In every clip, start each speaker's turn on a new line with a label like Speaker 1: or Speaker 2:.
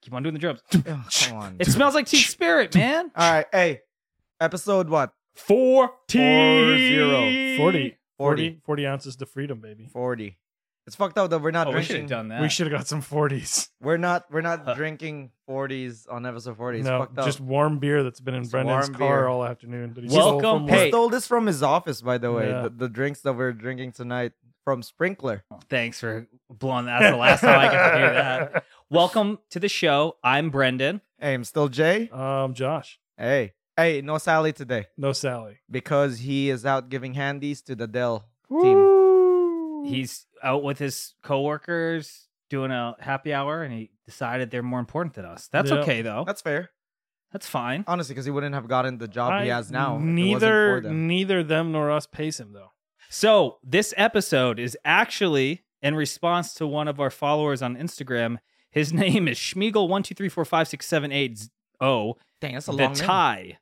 Speaker 1: Keep on doing the drums.
Speaker 2: Oh, come on.
Speaker 1: It smells like Teen Spirit, man.
Speaker 2: All right. Hey, episode what?
Speaker 3: 40.
Speaker 2: zero.
Speaker 3: 40.
Speaker 2: 40.
Speaker 3: 40. 40 ounces to freedom, baby.
Speaker 2: 40. It's fucked up that we're not
Speaker 1: Oh, we should
Speaker 2: drinking.
Speaker 1: have done that.
Speaker 3: We should have got some 40s.
Speaker 2: We are not. We're not
Speaker 1: Huh.
Speaker 2: drinking 40s on episode 40. It's
Speaker 3: no,
Speaker 2: fucked up.
Speaker 3: just warm beer that's been in
Speaker 2: Just
Speaker 3: Brendan's
Speaker 2: warm
Speaker 3: car
Speaker 2: beer.
Speaker 3: all afternoon. that he's
Speaker 1: Welcome-
Speaker 3: stole from
Speaker 2: He
Speaker 3: work.
Speaker 1: Hey.
Speaker 2: stole this from his office, by the way.
Speaker 3: Yeah.
Speaker 2: The, the drinks that we're drinking tonight from Sprinkler.
Speaker 1: Thanks for blowing that. That's the last time I got to hear that. Welcome to the show. I'm Brendan.
Speaker 2: Hey, I'm still Jay.
Speaker 3: Um, Josh,
Speaker 2: Hey, hey, no Sally today
Speaker 3: no Sally.
Speaker 2: because he is out giving handies to the Dell team.
Speaker 3: Woo.
Speaker 1: He's out with his coworkers doing a happy hour, and he decided they're more important than us. That's
Speaker 3: Yeah.
Speaker 1: okay though.
Speaker 2: That's fair,
Speaker 1: That's fine.
Speaker 2: honestly, because he wouldn't have gotten the job he
Speaker 3: I-
Speaker 2: has now. if it wasn't
Speaker 3: Neither,
Speaker 2: for them.
Speaker 3: neither them nor us pays him though.
Speaker 1: So this episode is actually in response to one of our followers on Instagram. His name is Schmiegel one two three four five six seven eight zero.
Speaker 2: Dang, that's a
Speaker 1: The
Speaker 2: long name.
Speaker 1: tie.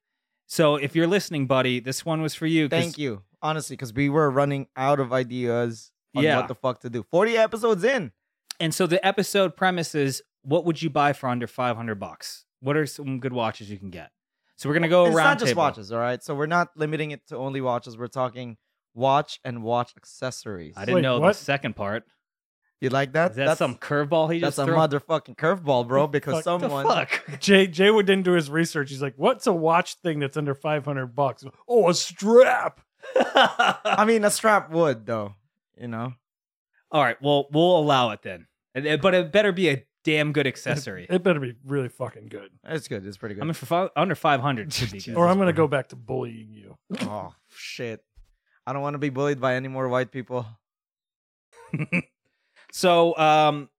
Speaker 1: So if you're listening, buddy, this one was for you. 'cause
Speaker 2: Thank you, honestly, because we were running out of ideas on
Speaker 1: Yeah.
Speaker 2: what the fuck to do. Forty episodes in.
Speaker 1: And so the episode premise is what would you buy for under 500 bucks? What are some good watches you can get? So we're going to go
Speaker 2: it's
Speaker 1: around
Speaker 2: not just watches, all right. So we're not limiting it to only watches. We're talking watch and watch accessories.
Speaker 1: I didn't
Speaker 3: Wait,
Speaker 1: know the
Speaker 3: what?
Speaker 1: second part.
Speaker 2: You like that?
Speaker 1: Is that some curveball he
Speaker 2: That's a
Speaker 1: just threw?
Speaker 2: motherfucking curveball, bro. Because
Speaker 3: Fuck the
Speaker 1: the
Speaker 2: someone
Speaker 1: fuck?
Speaker 3: Jay Jay would didn't do his research. He's like, "What's a watch thing that's under five hundred bucks? Oh, a strap."
Speaker 2: I mean, a strap would though. You know,
Speaker 1: All right, well, we'll allow it then. And- and- But it better be a damn good accessory.
Speaker 3: It, it better be really fucking good,
Speaker 2: it's good. It's pretty good.
Speaker 1: I mean, for fi- under 500 should be good.
Speaker 3: or I'm gonna go back to bullying you.
Speaker 2: oh shit! I don't want to be bullied by any more white people.
Speaker 1: So, um,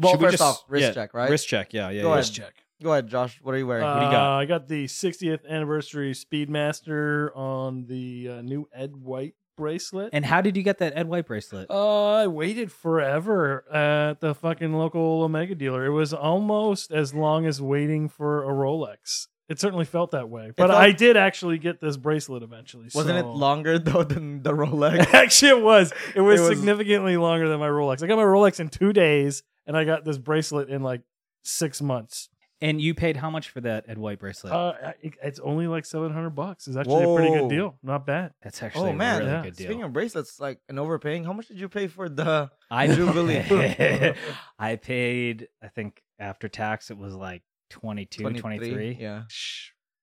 Speaker 2: Well,
Speaker 1: should we
Speaker 2: first
Speaker 1: just-
Speaker 2: off, wrist
Speaker 1: yeah,
Speaker 2: check, right?
Speaker 1: Wrist check, yeah, yeah.
Speaker 2: Go
Speaker 1: yeah.
Speaker 2: ahead.
Speaker 3: check.
Speaker 2: Go ahead, Josh. What are you wearing?
Speaker 3: Uh,
Speaker 1: do you got?
Speaker 3: I got the 60th anniversary Speedmaster on the uh, new Ed White bracelet.
Speaker 1: And how did you get that Ed White bracelet?
Speaker 2: Oh.
Speaker 3: Uh, I waited forever at the fucking local Omega dealer. It was almost as long as waiting for a Rolex. It certainly felt that way, but
Speaker 2: all-
Speaker 3: I did actually get this bracelet eventually.
Speaker 2: Wasn't it
Speaker 3: so-
Speaker 2: longer though than the Rolex?
Speaker 3: Actually, it was. It was,
Speaker 2: was-
Speaker 3: significantly longer than my Rolex. I got my Rolex in two days, and I got this bracelet in like six months.
Speaker 1: And you paid how much for that Ed White bracelet?
Speaker 3: Uh, it- it's only like seven hundred bucks. It's actually a pretty
Speaker 2: Whoa.
Speaker 3: good deal. Not bad.
Speaker 1: That's actually
Speaker 2: oh, man,
Speaker 1: a really
Speaker 3: yeah.
Speaker 1: good deal.
Speaker 2: Speaking of bracelets, like an overpaying. How much did you pay for the?
Speaker 1: I
Speaker 2: Jubilee.
Speaker 1: I paid, I think after tax, it was like 22, 23.
Speaker 2: Yeah.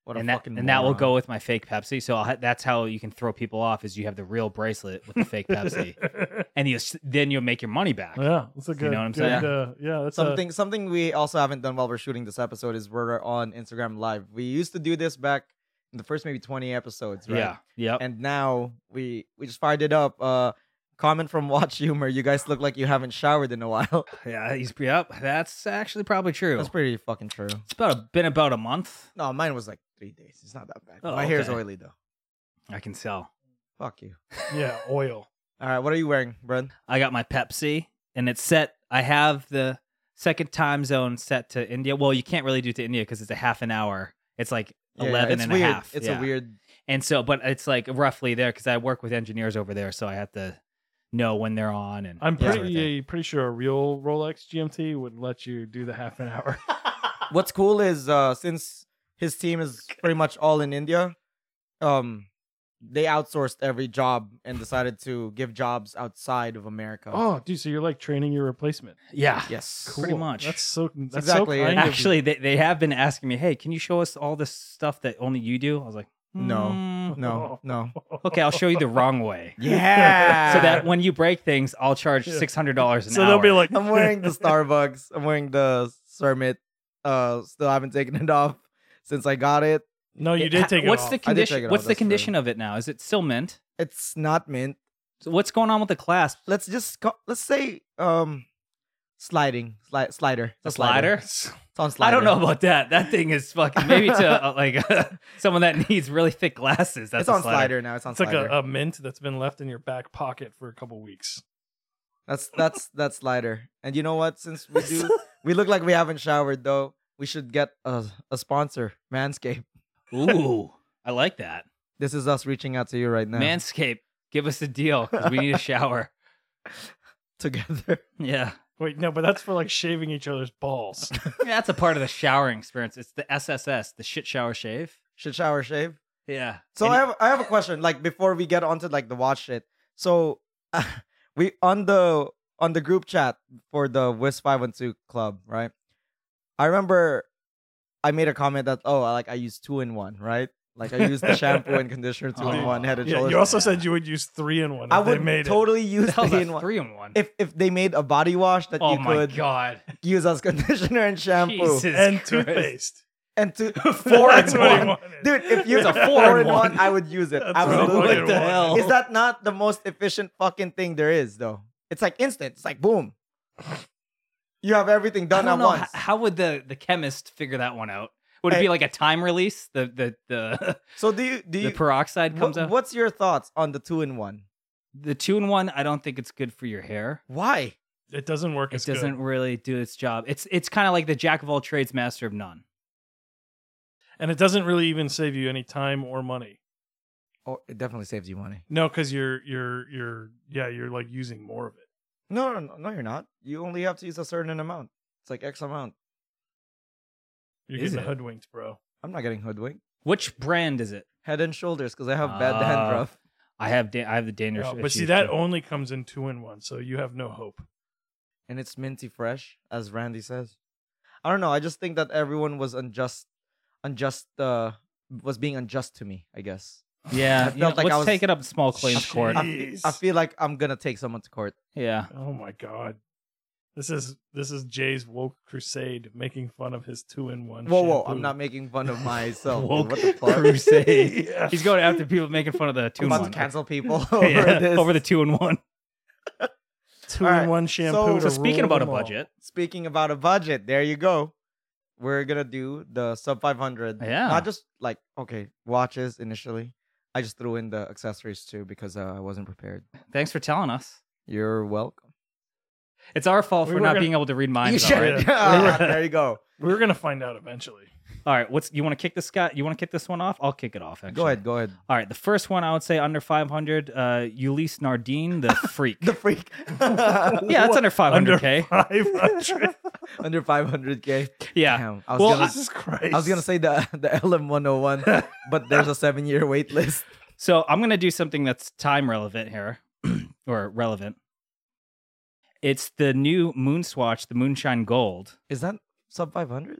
Speaker 2: What
Speaker 1: and that, and that will go with my fake Pepsi. So I'll ha- that's how you can throw people off is you have the real bracelet with the fake Pepsi. and you, s- then you'll make your money back.
Speaker 3: yeah, that's a good.
Speaker 1: know what I'm
Speaker 3: good,
Speaker 1: saying?
Speaker 3: Uh, yeah, that's a,
Speaker 2: Something something we also haven't done while we're shooting this episode is we're on Instagram live. We used to do this back in the first maybe 20 episodes, right?
Speaker 1: Yeah. Yep.
Speaker 2: And now we we just fired it up. Uh comment from Watch Humor, you guys look like you haven't showered in a while.
Speaker 1: yeah. He's, yep. That's actually probably true.
Speaker 2: That's pretty fucking true.
Speaker 1: it's about a, been about a month.
Speaker 2: No, mine was like 3 days. It's not that bad.
Speaker 1: Oh,
Speaker 2: my hair's
Speaker 1: okay.
Speaker 2: oily though.
Speaker 1: I can sell.
Speaker 2: Fuck you.
Speaker 3: yeah oil.
Speaker 2: All right, what are you wearing, Brent?
Speaker 1: I got my Pepsi and it's set. I have the second time zone set to India. Well, you can't really do it to India because it's a half an hour. It's like 11
Speaker 2: it's
Speaker 1: and
Speaker 2: weird.
Speaker 1: a half.
Speaker 2: It's
Speaker 1: Yeah.
Speaker 2: a weird
Speaker 1: And so, but it's like roughly there because I work with engineers over there, so I have to know when they're on. And
Speaker 3: I'm
Speaker 1: that sort of
Speaker 3: pretty
Speaker 1: thing.
Speaker 3: pretty sure a real Rolex GMT would let you do the half an hour.
Speaker 2: what's cool is uh since his team is pretty much all in India, um they outsourced every job and decided to give jobs outside of America.
Speaker 3: oh, dude, so you're like training your replacement.
Speaker 1: yeah,
Speaker 2: yes.
Speaker 1: pretty much.
Speaker 3: That's so. That's
Speaker 2: exactly
Speaker 3: So
Speaker 2: it.
Speaker 3: kind of you.
Speaker 1: Actually, they, they have been asking me, hey, can you show us all this stuff that only you do? I was like,
Speaker 2: No.
Speaker 1: "Hmm,
Speaker 2: No, no.
Speaker 1: okay, I'll show you the wrong way.
Speaker 2: Yeah.
Speaker 1: So that when you break things, I'll charge
Speaker 3: Yeah.
Speaker 1: six hundred dollars an
Speaker 3: So
Speaker 1: hour.
Speaker 3: they'll be like,
Speaker 2: I'm wearing the Starbucks. I'm wearing the Sermit. Uh still haven't taken it off since I got it.
Speaker 3: no, you
Speaker 1: It-
Speaker 3: did
Speaker 1: ha-
Speaker 3: take it.
Speaker 1: What's
Speaker 3: off.
Speaker 1: the
Speaker 2: I did take
Speaker 1: condition?
Speaker 2: it
Speaker 1: What's
Speaker 2: off,
Speaker 1: the
Speaker 2: that's true.
Speaker 1: condition of it now? Is it still mint?
Speaker 2: It's not mint.
Speaker 1: So what's going on with the clasp?
Speaker 2: Let's just call, let's say um sliding sli- slider. It's a
Speaker 1: The slider?
Speaker 2: It's on
Speaker 1: I
Speaker 2: slider.
Speaker 1: don't know about that. That thing is fucking maybe to uh, like someone that needs really thick glasses. That's
Speaker 2: It's
Speaker 1: a
Speaker 2: on
Speaker 1: slider.
Speaker 2: slider now. It's on
Speaker 3: It's like
Speaker 2: slider.
Speaker 3: a, uh, a mint that's been left in your back pocket for a couple weeks.
Speaker 2: That's that's that's lighter. And you know what? Since we do, we look like we haven't showered though. We should get a a sponsor, Manscaped.
Speaker 1: Ooh, I like that.
Speaker 2: This is us reaching out to you right now.
Speaker 1: Manscaped, Give us a deal because we need a shower.
Speaker 2: together.
Speaker 1: Yeah.
Speaker 3: Wait, no, but that's for like shaving each other's balls.
Speaker 1: Yeah, that's a part of the showering experience. It's the SSS, the shit shower shave.
Speaker 2: Shit, shower, shave.
Speaker 1: Yeah.
Speaker 2: So
Speaker 1: And-
Speaker 2: I have I have a question. Like before we get onto like the watch shit. So we on the on the group chat for the Wiz Five One Two Club, right? I remember I made a comment that oh, I like I use two in one, right? Like I use the shampoo and conditioner two in one, head and
Speaker 3: yeah,
Speaker 2: shoulders.
Speaker 3: you also said you would use three in one. If
Speaker 2: I
Speaker 3: they
Speaker 2: would
Speaker 3: made it.
Speaker 2: totally use
Speaker 1: that was
Speaker 2: three
Speaker 1: a
Speaker 2: in one.
Speaker 1: three in one.
Speaker 2: If if they made a body wash that
Speaker 1: oh
Speaker 2: you
Speaker 1: my
Speaker 2: could
Speaker 1: god.
Speaker 2: use as conditioner and shampoo
Speaker 1: Jesus
Speaker 3: and
Speaker 1: Christ.
Speaker 3: toothpaste.
Speaker 2: and two
Speaker 1: Four
Speaker 2: That's
Speaker 1: in
Speaker 2: what he
Speaker 1: one.
Speaker 3: wanted.
Speaker 2: Dude, if you
Speaker 1: It's a
Speaker 2: a
Speaker 1: four
Speaker 2: four
Speaker 1: in
Speaker 2: in
Speaker 1: one.
Speaker 2: one, I would use it.
Speaker 3: That's what I
Speaker 2: Absolutely.
Speaker 1: fucking
Speaker 2: What the
Speaker 1: want.
Speaker 2: hell? Is that not the most efficient fucking thing there is, though? It's like instant. It's like boom. You have everything
Speaker 1: I
Speaker 2: done
Speaker 1: don't
Speaker 2: at
Speaker 1: know,
Speaker 2: once. Eh,
Speaker 1: How, how would the, the chemist figure that one out? Would it be
Speaker 2: Hey.
Speaker 1: like a time release? The the the,
Speaker 2: So do you do
Speaker 1: the
Speaker 2: you?
Speaker 1: peroxide comes
Speaker 2: wha-
Speaker 1: out.
Speaker 2: What's your thoughts on the two in one?
Speaker 1: The two in one, I don't think it's good for your hair.
Speaker 2: Why?
Speaker 3: It doesn't work. as
Speaker 1: it doesn't
Speaker 3: good.
Speaker 1: really do its job. It's it's kind of like the jack of all trades, master of none.
Speaker 3: and it doesn't really even save you any time or money.
Speaker 2: Oh, it definitely saves you money.
Speaker 3: No, because you're you're you're yeah you're like using more of it.
Speaker 2: No, no, no, no, you're not. You only have to use a certain amount. It's like X amount.
Speaker 3: You're
Speaker 1: Is
Speaker 3: getting
Speaker 1: it?
Speaker 3: hoodwinked, bro.
Speaker 2: I'm not getting hoodwinked.
Speaker 1: Which brand is it?
Speaker 2: Head and shoulders because I have bad
Speaker 1: Ah.
Speaker 2: dandruff.
Speaker 1: I have da- I have the Danish.
Speaker 3: No, Oh, but see
Speaker 1: issue,
Speaker 3: that
Speaker 1: too.
Speaker 3: only comes in two in one, so you have no hope.
Speaker 2: and it's minty fresh, as Randy says. I don't know. I just think that everyone was unjust, unjust, uh, was being unjust to me. I guess.
Speaker 1: yeah.
Speaker 2: I felt
Speaker 1: you know,
Speaker 2: like I
Speaker 1: let's
Speaker 2: was-
Speaker 1: take it up small claims court.
Speaker 2: I, fe- I
Speaker 3: Jeez.
Speaker 2: feel like I'm gonna take someone to court.
Speaker 1: Yeah.
Speaker 3: Oh my god, this is this is Jay's woke crusade making fun of his two in one.
Speaker 2: Whoa, whoa! I'm not making fun of myself. dude.
Speaker 1: Woke
Speaker 2: what the fuck?
Speaker 1: crusade. He's going after people making fun of the two
Speaker 2: I'm
Speaker 1: in
Speaker 2: about to
Speaker 1: one
Speaker 2: cancel people over
Speaker 1: Yeah,
Speaker 2: this.
Speaker 1: over the two in one.
Speaker 3: two
Speaker 2: All right,
Speaker 3: in one shampoo.
Speaker 2: so-
Speaker 1: So
Speaker 3: to
Speaker 1: speaking
Speaker 3: rule
Speaker 1: about a
Speaker 3: them all.
Speaker 1: budget,
Speaker 2: Speaking about a budget, there you go. We're gonna do the sub 500.
Speaker 1: Yeah.
Speaker 2: Not just like okay watches initially. I just threw in the accessories too because uh, I wasn't prepared.
Speaker 1: thanks for telling us.
Speaker 2: You're welcome.
Speaker 1: It's our fault
Speaker 3: We
Speaker 1: for
Speaker 3: were
Speaker 1: not
Speaker 3: gonna-
Speaker 1: being able to read minds.
Speaker 2: you should.
Speaker 1: all, right?
Speaker 2: Ah, there you go.
Speaker 3: We're gonna find out eventually.
Speaker 1: all right, what's you want to kick this guy? You want to kick this one off? I'll kick it off. Actually.
Speaker 2: Go ahead. Go ahead.
Speaker 1: All right, the first one I would say under 500, uh, Ulysse Nardine, the freak.
Speaker 2: The freak.
Speaker 1: yeah, that's under 500k.
Speaker 3: Five hundred.
Speaker 2: Under 500k.
Speaker 1: yeah.
Speaker 2: Damn. I was
Speaker 1: Well,
Speaker 2: gonna,
Speaker 1: I-
Speaker 3: Jesus Christ.
Speaker 2: I was gonna say the the LM101, but there's a seven year wait list.
Speaker 1: So I'm going to do something that's time relevant here, or relevant. It's the new Moonswatch, the Moonshine Gold.
Speaker 2: Is that sub 500?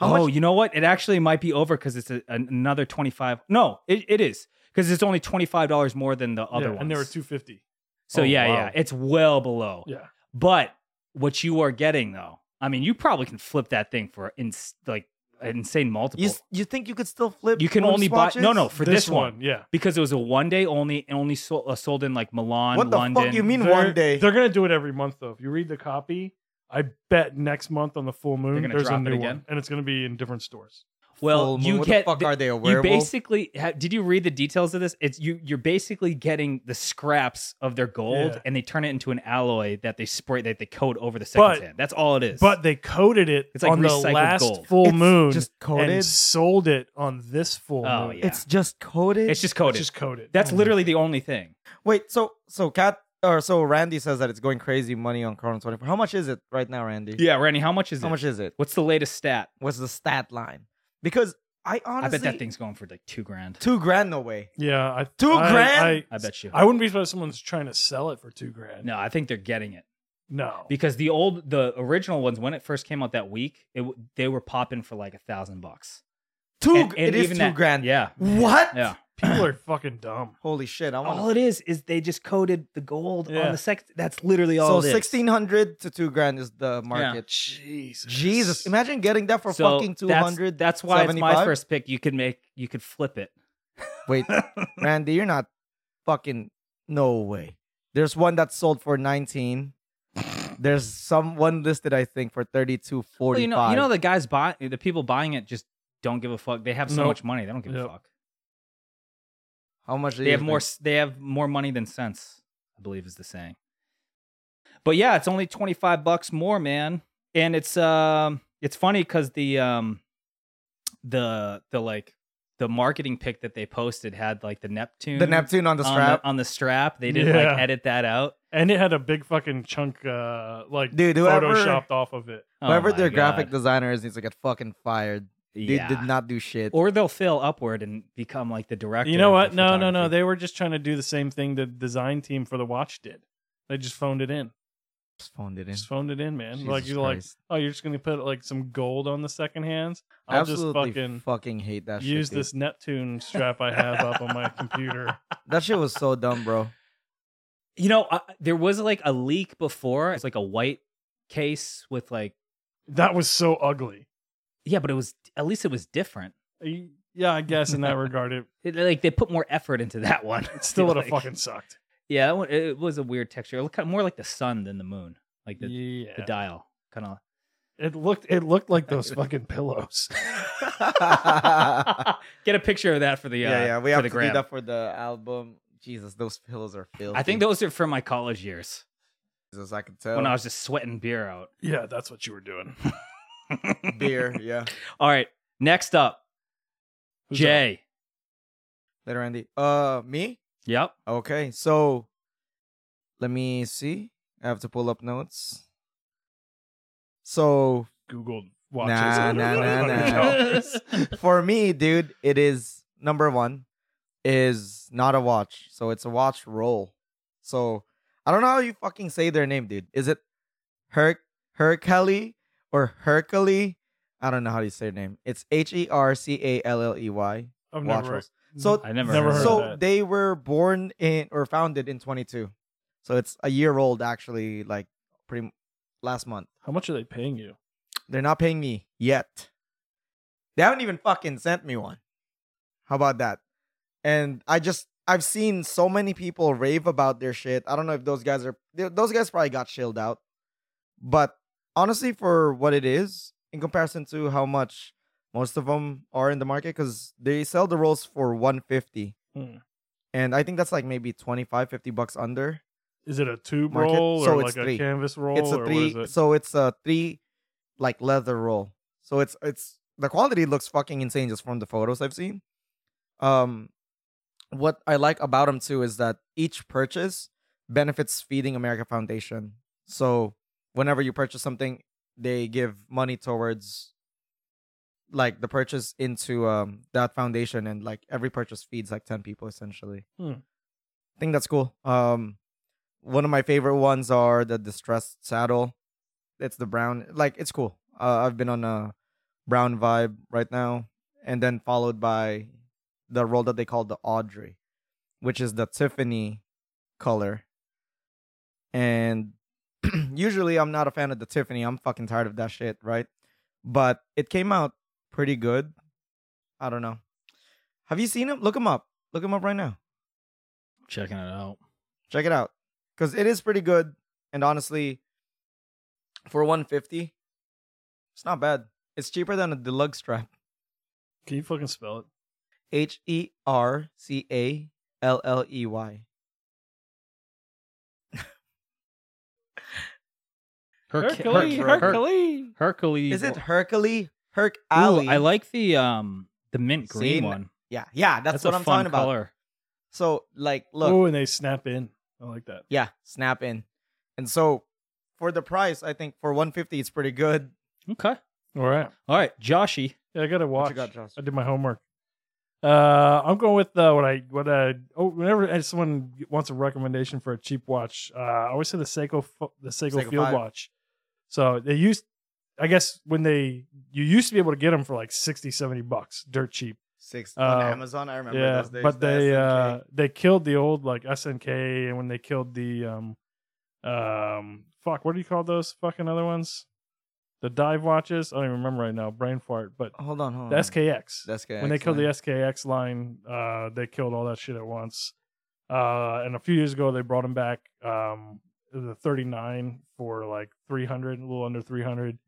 Speaker 1: oh, you know what? It actually might be over because it's a, an- another 25. No, it, it is because it's only $25 more than the other
Speaker 3: yeah,
Speaker 1: ones.
Speaker 3: and they were two fifty.
Speaker 1: so
Speaker 2: Oh,
Speaker 1: yeah,
Speaker 2: wow.
Speaker 1: yeah, it's well below.
Speaker 3: Yeah.
Speaker 1: But what you are getting though, I mean, you probably can flip that thing for ins- like an insane multiple.
Speaker 2: you s- you think you could still flip?
Speaker 1: You can only buy
Speaker 2: watches?
Speaker 1: no, no for this, one.
Speaker 3: yeah.
Speaker 1: because it was a one day only and only sold, uh, sold in like Milan,
Speaker 2: What the
Speaker 1: London.
Speaker 2: fuck you mean
Speaker 3: They're-
Speaker 2: one day?
Speaker 3: They're gonna do it every month though. If you read the copy, I bet next month on the full moon
Speaker 1: gonna
Speaker 3: there's
Speaker 1: drop
Speaker 3: a
Speaker 1: it
Speaker 3: new
Speaker 1: again?
Speaker 3: one, and it's gonna be in different stores.
Speaker 1: Well,
Speaker 2: Full moon.
Speaker 1: you
Speaker 2: what
Speaker 1: get
Speaker 2: the fuck
Speaker 1: the-
Speaker 2: are they a
Speaker 1: you
Speaker 2: werewolf?
Speaker 1: basically ha- did you read the details of this? It's you you're basically getting the scraps of their gold
Speaker 3: Yeah.
Speaker 1: and they turn it into an alloy that they spray that they coat over the second
Speaker 3: But-
Speaker 1: hand. That's all it is.
Speaker 3: But they coded it
Speaker 1: It's like
Speaker 3: on the
Speaker 1: recycled
Speaker 3: last
Speaker 1: gold.
Speaker 3: full
Speaker 2: It's
Speaker 3: moon
Speaker 2: just
Speaker 3: and
Speaker 2: coded?
Speaker 3: sold it on this full
Speaker 1: Oh,
Speaker 3: moon.
Speaker 1: yeah.
Speaker 2: It's just coded.
Speaker 1: it's just
Speaker 3: It's
Speaker 1: coated.
Speaker 3: just coded.
Speaker 1: That's
Speaker 3: Oh,
Speaker 1: literally the only thing.
Speaker 2: wait. So so cat or so Randy says that it's going crazy money on Chrono 24. How much is it right now, Randy?
Speaker 1: Yeah, Randy, how much is
Speaker 2: How
Speaker 1: it?
Speaker 2: much is it?
Speaker 1: What's the latest stat?
Speaker 2: What's the stat line? Because I honestly
Speaker 1: I bet that thing's going for like two grand.
Speaker 2: two grand. No way.
Speaker 3: my- Yeah, I,
Speaker 2: Two
Speaker 3: I-
Speaker 2: grand?
Speaker 3: I,
Speaker 1: I bet you.
Speaker 3: I wouldn't be surprised if someone's trying to sell it for two grand.
Speaker 1: No, I think they're getting it
Speaker 3: no.
Speaker 1: because the old, the original ones when it first came out that week, it, w- they were popping for like a thousand bucks.
Speaker 2: Two.
Speaker 1: And- and
Speaker 2: it is
Speaker 1: even
Speaker 2: two
Speaker 1: that-
Speaker 2: grand.
Speaker 1: Yeah,
Speaker 2: What?
Speaker 1: yeah.
Speaker 3: people are fucking dumb.
Speaker 2: Holy shit! I want.
Speaker 1: All it is is they just coated the gold
Speaker 3: Yeah.
Speaker 1: on the second. That's literally all.
Speaker 2: So
Speaker 1: it is.
Speaker 2: sixteen hundred to two grand is the market.
Speaker 3: Jesus.
Speaker 2: Jesus, imagine getting that for
Speaker 1: So
Speaker 2: fucking two
Speaker 1: that's-
Speaker 2: hundred.
Speaker 1: That's why it's my
Speaker 2: 75?
Speaker 1: first pick. You could make, you could flip it.
Speaker 2: Wait, Randy, you're not fucking. No way. There's one that sold for nineteen. There's some one listed, I think, for thirty two
Speaker 1: Well,
Speaker 2: forty
Speaker 1: you know, you
Speaker 2: five.
Speaker 1: know, the guys buy the people buying it just don't give a fuck. They have so
Speaker 3: Nope.
Speaker 1: much money, they don't give a
Speaker 3: Yep.
Speaker 1: fuck.
Speaker 2: how much? do
Speaker 1: They
Speaker 2: you
Speaker 1: have more.
Speaker 2: think?
Speaker 1: s- They have more money than sense. I believe is the saying. But yeah, it's only twenty five bucks more, man. And it's um, it's funny because the um, the the like the marketing pic that they posted had like the Neptune,
Speaker 2: The Neptune on the
Speaker 1: on
Speaker 2: strap.
Speaker 1: on the strap. They didn't
Speaker 3: Yeah.
Speaker 1: like edit that out.
Speaker 3: and it had a big fucking chunk, uh, like
Speaker 2: Dude, whoever-
Speaker 3: photoshopped off of it.
Speaker 1: Oh
Speaker 2: Whoever
Speaker 1: my
Speaker 2: their graphic
Speaker 1: God.
Speaker 2: designer is needs to get fucking fired. Dude
Speaker 1: yeah.
Speaker 2: did not do shit.
Speaker 1: or they'll fail upward and become like the director.
Speaker 3: You know
Speaker 1: of
Speaker 3: what?
Speaker 1: the
Speaker 3: No, no, no.
Speaker 1: photography.
Speaker 3: They were just trying to do the same thing the design team for the watch did. They just phoned it in.
Speaker 2: Just phoned it in.
Speaker 3: Just phoned it in, man.
Speaker 2: Jesus
Speaker 3: like you're like,
Speaker 2: Christ.
Speaker 3: oh, you're just gonna put like some gold on the second hands.
Speaker 2: I
Speaker 3: I'll
Speaker 2: absolutely
Speaker 3: just fucking
Speaker 2: hate that shit.
Speaker 3: use
Speaker 2: dude.
Speaker 3: this Neptune strap I have up on my computer.
Speaker 2: That shit was so dumb, bro.
Speaker 1: You know, uh, there was like a leak before. It was like a white case with like,
Speaker 3: That was so ugly.
Speaker 1: yeah, but it was at least it was different.
Speaker 3: Y- Yeah, I guess in that regard, it,
Speaker 1: It, like they put more effort into that one.
Speaker 3: it still would have
Speaker 1: Like,
Speaker 3: fucking sucked.
Speaker 1: Yeah, that one- it was a weird texture. It looked kind of more like the sun than the moon, like the,
Speaker 3: yeah,
Speaker 1: the dial, kind of.
Speaker 3: it looked it looked like those fucking pillows.
Speaker 2: yeah,
Speaker 1: Get a picture of that for the uh,
Speaker 2: yeah, We
Speaker 1: for
Speaker 2: have
Speaker 1: the
Speaker 2: to
Speaker 1: gram.
Speaker 2: do that for the album. Jesus, those pillows are filthy.
Speaker 1: I think those are from my college years
Speaker 2: Jesus, I can tell.
Speaker 1: when I was just sweating beer out.
Speaker 3: Yeah, that's what you were doing.
Speaker 2: beer, yeah.
Speaker 1: All right, next up,
Speaker 3: Who's
Speaker 1: Jay.
Speaker 2: Later, Andy. Uh, me.
Speaker 1: Yep.
Speaker 2: Okay, so let me see. I have to pull up notes. So
Speaker 3: that? Googled watches.
Speaker 2: Nah, nah, nah, nah. for me, dude, it is number one is not a watch. So it's a watch roll. So I don't know how you fucking say their name, dude. Is it Her Hercali or Hercali? I don't know how you say their name. It's H E R C A L L E Y.
Speaker 3: I've
Speaker 2: Watch
Speaker 3: never.
Speaker 2: rolls. So
Speaker 1: I never,
Speaker 3: Never
Speaker 1: heard
Speaker 3: heard
Speaker 1: so,
Speaker 3: of
Speaker 2: so
Speaker 3: that.
Speaker 2: they were born in or founded in 22. So it's a year old actually, like pretty m- last month.
Speaker 3: How much are they paying you?
Speaker 2: They're not paying me yet. They haven't even fucking sent me one. How about that? And I just I've seen so many people rave about their shit. I don't know if those guys are th- those guys probably got shilled out. But honestly for what it is in comparison to how much most of them are in the market cuz they sell the rolls for 150.
Speaker 3: Hmm.
Speaker 2: And I think that's like maybe 25 50 bucks under.
Speaker 3: Is it a tube
Speaker 2: Market?
Speaker 3: roll
Speaker 2: So
Speaker 3: or
Speaker 2: it's
Speaker 3: like
Speaker 2: three.
Speaker 3: a canvas roll?
Speaker 2: it's a
Speaker 3: or
Speaker 2: three
Speaker 3: What is it?
Speaker 2: so it's a three like leather roll so it's it's the quality looks fucking insane just from the photos i've seen um what i like about them too is that each purchase benefits feeding america foundation so whenever you purchase something they give money towards like the purchase into um that foundation and like every purchase feeds like 10 people essentially
Speaker 3: Hmm.
Speaker 2: i think that's cool um one of my favorite ones are the distressed saddle it's the brown like it's cool uh, i've been on a brown vibe right now and then followed by the roll that they call the audrey which is the tiffany color and usually i'm not a fan of the tiffany i'm fucking tired of that shit right but it came out pretty good i don't know have you seen him look him up look him up right now
Speaker 1: checking it out.
Speaker 2: check it out because it is pretty good and honestly for 150 it's not bad it's cheaper than a deluxe strap
Speaker 3: Can you fucking spell it?
Speaker 2: E h-e-r-c-a-l-l-e-y
Speaker 1: Herc-
Speaker 3: Hercules,
Speaker 1: Herc- Herc-
Speaker 3: Hercules.
Speaker 1: Hercules.
Speaker 2: is it hercule herc
Speaker 1: Ooh,
Speaker 2: alley
Speaker 1: I like the um the mint green
Speaker 2: See,
Speaker 1: one.
Speaker 2: yeah yeah that's, what
Speaker 1: a
Speaker 2: i'm
Speaker 1: fun
Speaker 2: talking about
Speaker 1: Color.
Speaker 2: so like look
Speaker 3: Oh, and they snap in. I like that.
Speaker 2: yeah snap in and so for the price i think for 150 it's pretty good
Speaker 1: Okay.
Speaker 3: All right.
Speaker 1: All right, Joshy.
Speaker 3: Yeah, I gotta
Speaker 2: What
Speaker 3: watch.
Speaker 2: you got, Josh?
Speaker 3: I did my homework. Uh, I'm going with uh, what I what I oh whenever someone wants a recommendation for a cheap watch, uh, I always say the Seiko fo- the Seiko,
Speaker 2: Seiko
Speaker 3: Field
Speaker 2: five.
Speaker 3: watch. So they used, I guess when they you used to be able to get them for like 60, 70 bucks, dirt cheap.
Speaker 2: six
Speaker 3: Uh,
Speaker 2: on amazon i remember
Speaker 3: yeah,
Speaker 2: those days
Speaker 3: but
Speaker 2: the
Speaker 3: they
Speaker 2: SNK.
Speaker 3: uh they killed the old like SNK, and when they killed the um um fuck, what do you call those fucking other ones? The dive watches. I don't even remember right now. Brain fart, but
Speaker 2: hold on hold
Speaker 3: uh, the
Speaker 2: on
Speaker 3: SKX
Speaker 2: That's good.
Speaker 3: when they killed the SKX line, uh, they killed all that shit at once. Uh, and a few years ago, they brought him back um, the 39 for like 300, a little under 300.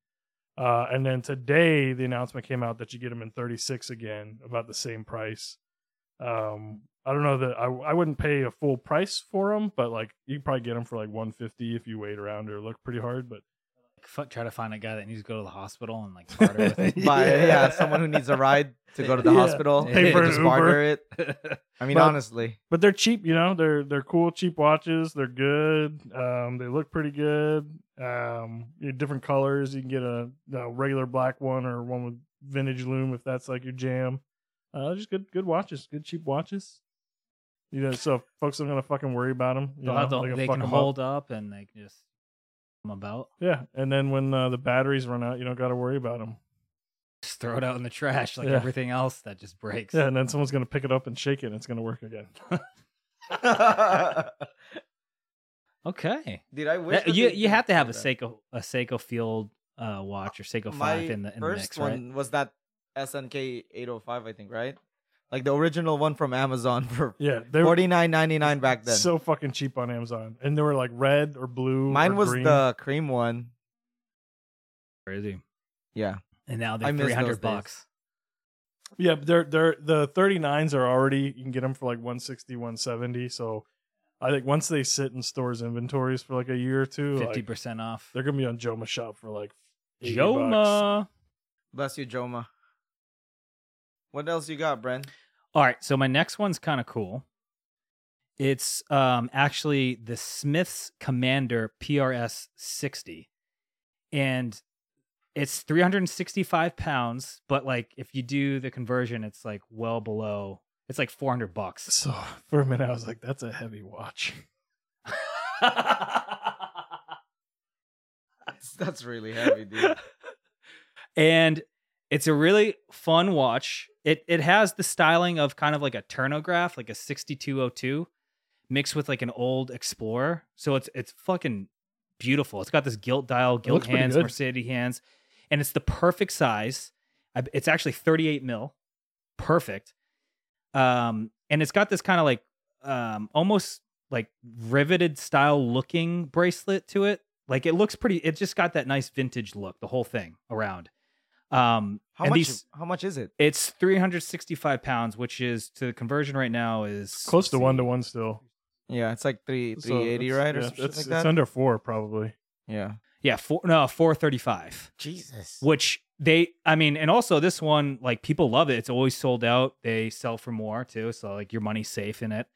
Speaker 3: Uh, and then today, the announcement came out that you get him in 36 again, about the same price. Um, I don't know that I, I wouldn't pay a full price for him, but like you could probably get him for like 150 if you wait around or look pretty hard. But
Speaker 1: f- try to find a guy that needs to go to the hospital and like barter with him.
Speaker 2: By yeah.
Speaker 3: Yeah.
Speaker 2: someone who needs a ride to go to the
Speaker 3: Yeah.
Speaker 2: hospital,
Speaker 1: Pay
Speaker 2: you
Speaker 1: for an
Speaker 2: just
Speaker 3: Uber.
Speaker 2: barter it. I mean,
Speaker 3: But-
Speaker 2: honestly,
Speaker 3: but they're cheap you know they're they're cool cheap watches they're good um they look pretty good um you know, different colors you can get a, a regular black one or one with vintage loom if that's like your jam uh just good good watches good cheap watches you know so folks aren't gonna fucking worry about them
Speaker 1: They'll have to- they can hold up. and they can just come about.
Speaker 3: yeah and then when uh, the batteries run out you don't gotta worry about them
Speaker 1: Just throw it out in the trash like
Speaker 3: Yeah.
Speaker 1: everything else that just breaks.
Speaker 3: yeah and then someone's gonna pick it up and shake it and it's gonna work again
Speaker 1: Okay.
Speaker 2: did I wish
Speaker 1: That-
Speaker 2: that
Speaker 1: you
Speaker 2: they
Speaker 1: you have to
Speaker 2: did
Speaker 1: have a
Speaker 2: that.
Speaker 1: Seiko a Seiko Field uh, watch or Seiko
Speaker 2: My
Speaker 1: Five in the in the
Speaker 2: first
Speaker 1: mix,
Speaker 2: one
Speaker 1: right?
Speaker 2: was that SNK 805, I think, right? Like the original one from Amazon for
Speaker 3: yeah they were
Speaker 2: forty nine ninety nine back then.
Speaker 3: so fucking cheap on Amazon, and they were like red or blue.
Speaker 2: Mine
Speaker 3: or
Speaker 2: was
Speaker 3: green.
Speaker 2: the cream one.
Speaker 1: Crazy.
Speaker 2: Yeah,
Speaker 1: And now
Speaker 2: I
Speaker 1: they're
Speaker 2: miss
Speaker 1: three
Speaker 2: those
Speaker 1: hundred
Speaker 2: days.
Speaker 1: bucks.
Speaker 3: yeah. but They're they're the thirty nines are already you can get them for like 160, 170. So I think once they sit in stores inventories for like a year or two, like,
Speaker 1: Fifty percent off.
Speaker 3: they're gonna be on Joma shop for like 80 bucks.
Speaker 1: Joma.
Speaker 2: bless you, Joma. What else you got, Bren?
Speaker 1: All right, so my next one's kind of cool. It's um, actually the Smith's Commander PRS 60. And it's 365 pounds, but like if you do the conversion, it's like well below, it's like 400 bucks.
Speaker 3: So for a minute, I was like, that's a heavy watch.
Speaker 2: That's, that's really heavy, dude.
Speaker 1: and it's a really fun watch. It it has the styling of kind of like a turnograph, like a 6202 mixed with like an old Explorer. So it's it's fucking beautiful. It's got this gilt dial, gilt
Speaker 3: looks pretty
Speaker 1: hands,
Speaker 3: good.
Speaker 1: Mercedes hands, and it's the perfect size. I- It's actually 38 mil. Perfect. Um and it's got this kind of like um almost like riveted style looking bracelet to it. Like it looks pretty it just got that nice vintage look, the whole thing around. Um
Speaker 2: How
Speaker 1: and
Speaker 2: much?
Speaker 1: these-
Speaker 2: how much is it?
Speaker 1: it's 365 pounds, which is to the conversion right now is
Speaker 3: Close to
Speaker 1: let's see.
Speaker 3: one to one still.
Speaker 2: Yeah, it's like three
Speaker 3: So
Speaker 2: three eighty,
Speaker 3: it's-
Speaker 2: right, or
Speaker 3: yeah,
Speaker 2: something
Speaker 3: it's,
Speaker 2: like
Speaker 3: it's
Speaker 2: that.
Speaker 3: under four probably.
Speaker 2: yeah.
Speaker 1: Yeah, four no, 435.
Speaker 2: Jesus.
Speaker 1: Which they I mean, and also this one, like people love it. It's always sold out. They sell for more too. So like your money's safe in it.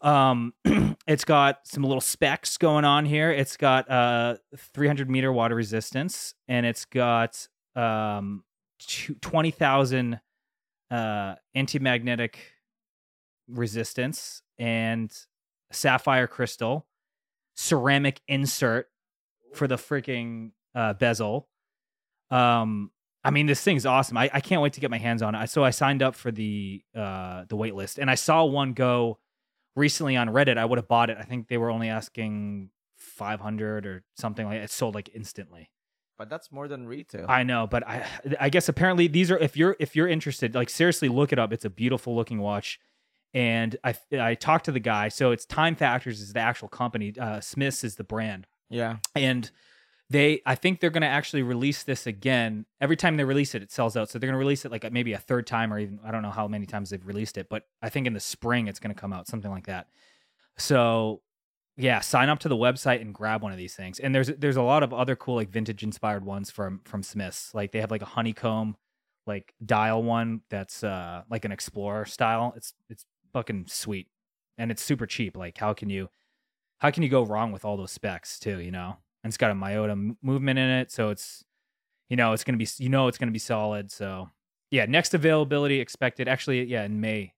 Speaker 1: Um it's got some little specs going on here. It's got uh 300 meter water resistance and it's got um two- 20,000 uh anti-magnetic resistance and sapphire crystal ceramic insert for the freaking uh bezel. Um I mean this thing's awesome. I, I can't wait to get my hands on it. I- So I signed up for the uh the wait list and I saw one go recently on Reddit. I would have bought it. I think they were only asking 500 or something like it sold like instantly.
Speaker 2: But that's more than retail.
Speaker 1: I know, but I I guess apparently these are if you're if you're interested, like seriously look it up. It's a beautiful looking watch. And I I talked to the guy, so it's Time Factors is the actual company. Uh Smiths is the brand.
Speaker 2: yeah.
Speaker 1: And they I think they're going to actually release this again. Every time they release it, it sells out. So they're going to release it like maybe a third time or even I don't know how many times they've released it, but I think in the spring it's going to come out something like that. So yeah, sign up to the website and grab one of these things. And there's there's a lot of other cool like vintage inspired ones from from Smiths. Like they have like a honeycomb like dial one that's uh like an explorer style. It's it's fucking sweet. And it's super cheap. Like how can you how can you go wrong with all those specs too, you know? And it's got a Myota m- movement in it, so it's you know, it's going to be you know it's going to be solid, so yeah, next availability expected actually yeah, in May.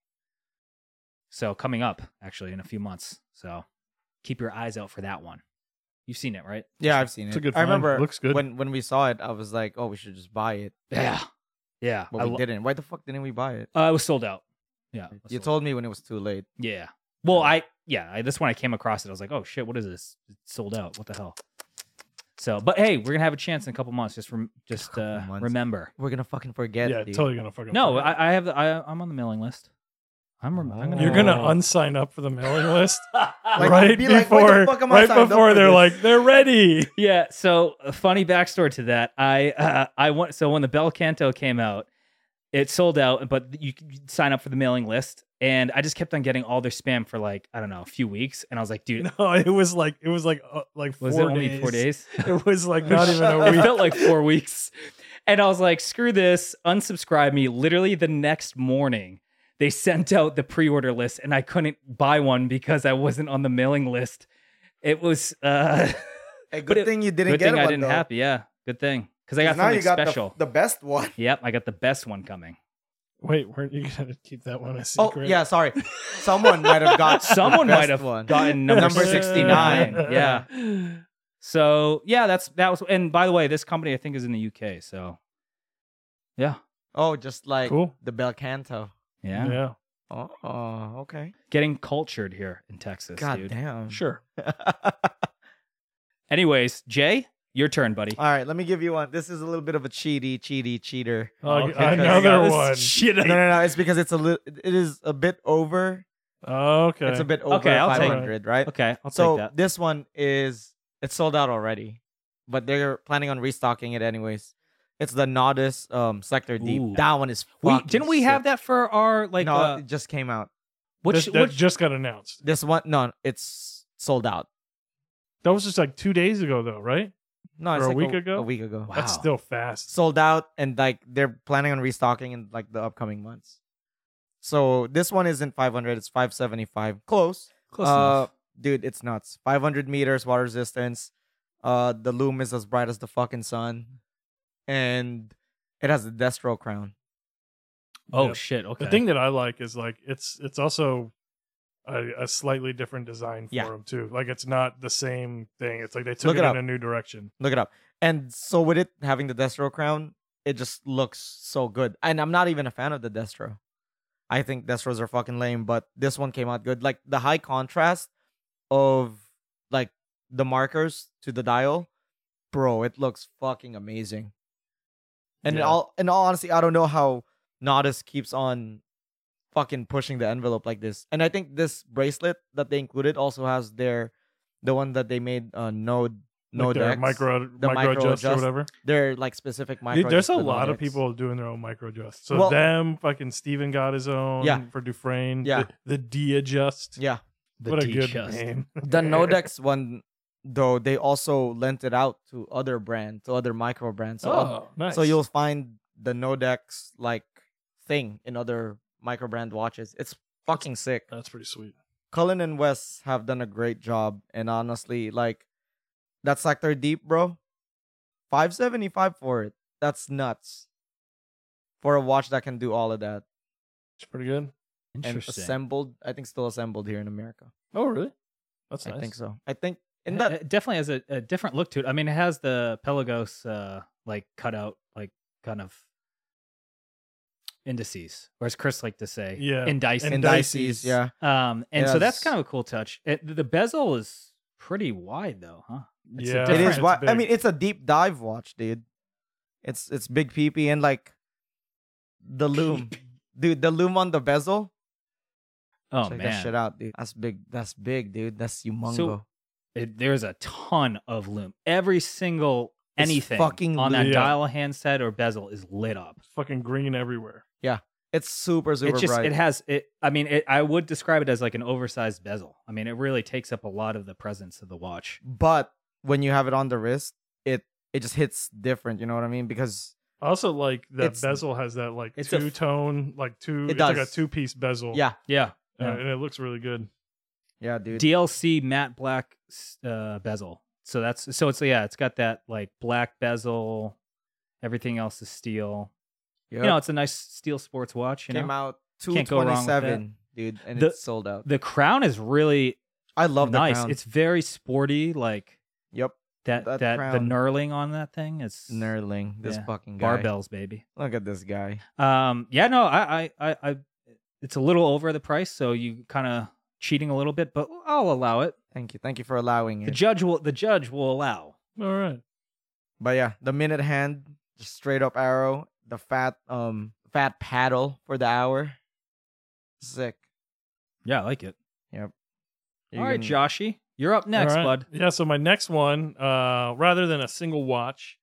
Speaker 1: So coming up actually in a few months. So keep your eyes out for that one. You've seen it, right?
Speaker 2: Yeah, I've seen
Speaker 3: It's
Speaker 2: it.
Speaker 3: a good
Speaker 2: I
Speaker 3: find.
Speaker 2: remember
Speaker 3: Looks good.
Speaker 2: when when we saw it. I was like, oh, we should just buy it.
Speaker 1: Yeah. Yeah.
Speaker 2: but
Speaker 1: I
Speaker 2: we
Speaker 1: lo-
Speaker 2: didn't. Why the fuck didn't we buy it?
Speaker 1: uh, it was sold out. Yeah. it was
Speaker 2: You
Speaker 1: sold
Speaker 2: told me when it was too late.
Speaker 1: out. Yeah. Well, I yeah, I, this one I came across it. I was like, "Oh shit, what is this? It's sold out. What the hell?" So, but hey, we're going to have a chance in a couple months just from just
Speaker 2: Couple
Speaker 1: uh,
Speaker 2: months.
Speaker 1: remember.
Speaker 2: We're gonna fucking forget.
Speaker 3: yeah,
Speaker 2: dude.
Speaker 3: totally gonna fucking.
Speaker 1: No,
Speaker 3: forget.
Speaker 1: I, I have. The, I, I'm on the mailing list. I'm. rem- I'm
Speaker 3: You're gonna
Speaker 2: Oh.
Speaker 3: unsign up for the mailing list
Speaker 2: Like,
Speaker 3: right
Speaker 2: be like, "What the
Speaker 3: before,
Speaker 2: fuck am I
Speaker 3: right
Speaker 2: signed up for
Speaker 3: before they're
Speaker 2: this?"
Speaker 3: like they're ready.
Speaker 1: yeah. So a funny backstory to that. I. Uh, I want. So when the Bel Canto came out, it sold out, but you could sign up for the mailing list, And I just kept on getting all their spam for like I don't know a few weeks, and I was like, dude,
Speaker 3: No, it was like it was like uh, like four
Speaker 1: was it only four days?
Speaker 3: It was like not even a
Speaker 1: it
Speaker 3: week.
Speaker 1: felt like four weeks. And I was like, screw this, unsubscribe me. Literally the next morning, they sent out the pre order list and I couldn't buy one because I wasn't on the mailing list. It was uh,
Speaker 4: Hey, good
Speaker 1: But it-
Speaker 4: thing you didn't
Speaker 1: good
Speaker 4: get
Speaker 1: thing
Speaker 4: one.
Speaker 1: I didn't
Speaker 4: though.
Speaker 1: have. Yeah, good thing. Because I
Speaker 4: 'Cause
Speaker 1: got
Speaker 4: now
Speaker 1: something
Speaker 4: you got the-
Speaker 1: special.
Speaker 4: The, best one.
Speaker 1: yep, I got the best one coming.
Speaker 3: Wait, weren't you gonna keep that one a
Speaker 2: Oh,
Speaker 3: secret?
Speaker 2: yeah, sorry. Someone might have got
Speaker 1: Someone
Speaker 2: the best
Speaker 1: might have
Speaker 2: one.
Speaker 1: gotten number,
Speaker 2: Number
Speaker 1: 69.
Speaker 2: 69.
Speaker 1: yeah. So, yeah, that's that was. And by the way, this company I think is in the UK. So, yeah.
Speaker 2: Oh, just like
Speaker 3: Cool.
Speaker 2: the bel canto.
Speaker 1: Yeah.
Speaker 3: Yeah.
Speaker 2: Oh, okay.
Speaker 1: Getting cultured here in Texas.
Speaker 2: God
Speaker 1: dude.
Speaker 2: damn.
Speaker 3: Sure.
Speaker 1: Anyways, Jay, your turn, buddy.
Speaker 2: All right, let me give you one. This is a little bit of a cheaty, cheaty, cheater.
Speaker 3: Uh,
Speaker 1: Okay.
Speaker 3: Another one.
Speaker 1: Shit.
Speaker 2: No, no, no. It's because it's a little. It is a bit over.
Speaker 3: Okay.
Speaker 2: It's a bit over
Speaker 1: Okay, I'll
Speaker 3: take it.
Speaker 2: 500, right?
Speaker 1: Okay, I'll
Speaker 2: so
Speaker 1: take that.
Speaker 2: this one is it's sold out already, but they're planning on restocking it anyways. It's the Nodus um Sector Deep.
Speaker 1: Ooh.
Speaker 2: That one is
Speaker 1: We,
Speaker 2: fucking
Speaker 1: didn't we have
Speaker 2: sick.
Speaker 1: that for our like
Speaker 2: no,
Speaker 1: uh,
Speaker 2: it just came out.
Speaker 1: which
Speaker 3: This- that
Speaker 1: which
Speaker 3: just got announced.
Speaker 2: This one, no, it's sold out.
Speaker 3: That was just like two days ago, though, right?
Speaker 2: No, it's
Speaker 3: Or a
Speaker 2: like
Speaker 3: week ago?
Speaker 2: A week ago.
Speaker 1: Wow.
Speaker 3: That's still fast.
Speaker 2: sold out and like they're planning on restocking in like the upcoming months. So this one isn't 500, it's 575. Close.
Speaker 1: close
Speaker 2: uh,
Speaker 1: enough.
Speaker 2: Dude, it's nuts. 500 meters water resistance. Uh the loom is as bright as the fucking sun and it has a destro crown.
Speaker 1: Oh
Speaker 3: Yeah.
Speaker 1: shit. Okay.
Speaker 3: The thing that I like is like it's it's also a, a slightly different design for
Speaker 2: Yeah.
Speaker 3: them too. Like it's not the same thing. It's like they took
Speaker 2: Look
Speaker 3: it,
Speaker 2: it up.
Speaker 3: in a new direction.
Speaker 2: Look it up. And so with it having the destro crown, it just looks so good. And I'm not even a fan of the destro. I think destros are fucking lame, but this one came out good. Like the high contrast of like the markers to the dial, bro, it looks fucking amazing. And in
Speaker 3: Yeah.
Speaker 2: all in all honesty, I don't know how Nodus keeps on fucking pushing the envelope like this. And I think this bracelet that they included also has their the one that they made uh node
Speaker 3: Like
Speaker 2: node
Speaker 3: their
Speaker 2: X.
Speaker 3: micro micro
Speaker 2: micro
Speaker 3: adjust or
Speaker 2: adjust-
Speaker 3: whatever.
Speaker 2: They're like specific
Speaker 3: Dude,
Speaker 2: micro.
Speaker 3: there's a
Speaker 2: adjustment
Speaker 3: lot of
Speaker 2: objects.
Speaker 3: people doing their own micro adjust. So
Speaker 2: Well-
Speaker 3: them fucking Steven got his own
Speaker 2: Yeah.
Speaker 3: for Dufresne.
Speaker 2: Yeah.
Speaker 3: The, the D adjust.
Speaker 2: Yeah,
Speaker 3: what a
Speaker 1: D
Speaker 3: good
Speaker 1: just.
Speaker 3: name.
Speaker 2: the Nodex one though they also lent it out to other brands, to other micro brands. So, um,
Speaker 3: oh, nice.
Speaker 2: so you'll find the Nodex like thing in other micro brand watches. It's fucking sick.
Speaker 3: That's pretty sweet.
Speaker 2: Cullen and West have done a great job, and honestly, like that sector deep, bro. Five seventy five for it. That's nuts. For a watch that can do all of that
Speaker 3: It's pretty good.
Speaker 2: and
Speaker 1: Interesting.
Speaker 2: assembled, I think still assembled here in America.
Speaker 3: Oh, really? That's nice.
Speaker 2: I think so. I think in
Speaker 1: It-
Speaker 2: that
Speaker 1: it definitely has a, a different look to it. I mean, it has the Pelagos uh, like cutout, like kind of indices, or as Chris liked to say,
Speaker 3: Yeah.
Speaker 1: indices.
Speaker 3: And
Speaker 2: indices,
Speaker 3: dices.
Speaker 2: yeah.
Speaker 1: Um, and so that's
Speaker 2: Yes.
Speaker 1: kind of a cool touch. It, the bezel is pretty wide though, huh? It's a
Speaker 3: yeah,
Speaker 2: It
Speaker 1: Different.
Speaker 2: is. Why, I mean, it's a deep dive watch, dude. It's it's big peepee and like the loom, dude. The loom on the bezel.
Speaker 1: Oh
Speaker 2: Check that
Speaker 1: man,
Speaker 2: shit out, dude. That's big. That's big, dude. That's humongo.
Speaker 1: it, there's a ton of loom. Every single
Speaker 2: It's
Speaker 1: anything
Speaker 2: fucking
Speaker 1: on that
Speaker 3: loom. Yeah.
Speaker 1: dial a handset or bezel is lit up.
Speaker 3: fucking green everywhere.
Speaker 2: It's super super
Speaker 1: It just
Speaker 2: bright.
Speaker 1: it has it. I mean, it, I would describe it as like an oversized bezel. I mean, it really takes up a lot of the presence of the watch.
Speaker 2: but when you have it on the wrist, it it just hits different. You know what I mean? Because
Speaker 3: Also, like that
Speaker 2: It's-
Speaker 3: bezel has that like
Speaker 1: it's a
Speaker 3: two tone, like two.
Speaker 2: It
Speaker 3: it's like a
Speaker 2: does.
Speaker 3: two piece bezel.
Speaker 2: yeah,
Speaker 1: Yeah,
Speaker 3: Uh,
Speaker 1: Yeah.
Speaker 3: and it looks really good.
Speaker 2: yeah, dude.
Speaker 1: DLC matte black uh, bezel. So that's so it's yeah, it's got that like black bezel. Everything else is steel.
Speaker 2: Yep.
Speaker 1: You know, it's a nice steel sports watch. You
Speaker 2: came
Speaker 1: know,
Speaker 2: out two
Speaker 1: Can't go wrong
Speaker 2: twenty
Speaker 1: with that.
Speaker 2: seven, dude, and
Speaker 1: The-
Speaker 2: it's sold out.
Speaker 1: the crown is really
Speaker 2: I love the
Speaker 1: nice.
Speaker 2: crown.
Speaker 1: It's very sporty. Like
Speaker 2: yep,
Speaker 1: that that,
Speaker 2: That
Speaker 1: the
Speaker 2: crown.
Speaker 1: knurling on that thing is
Speaker 2: nerdling. This
Speaker 1: Yeah.
Speaker 2: fucking guy.
Speaker 1: barbells, baby.
Speaker 2: Look at this guy.
Speaker 1: Um, yeah, no, I, I, I, I, it's a little over the price, so you kind of cheating a little bit, but I'll allow it.
Speaker 2: Thank you. Thank you for allowing
Speaker 1: The
Speaker 2: it.
Speaker 1: judge will, the judge will allow.
Speaker 3: All right.
Speaker 2: but yeah, the minute hand, just straight up arrow, the fat um fat paddle for the hour. Sick.
Speaker 1: Yeah, I like it.
Speaker 2: You
Speaker 1: All right,
Speaker 2: can-
Speaker 1: Joshy, you're up next,
Speaker 3: All right.
Speaker 1: bud.
Speaker 3: Yeah. So my next one, uh, rather than a single watch,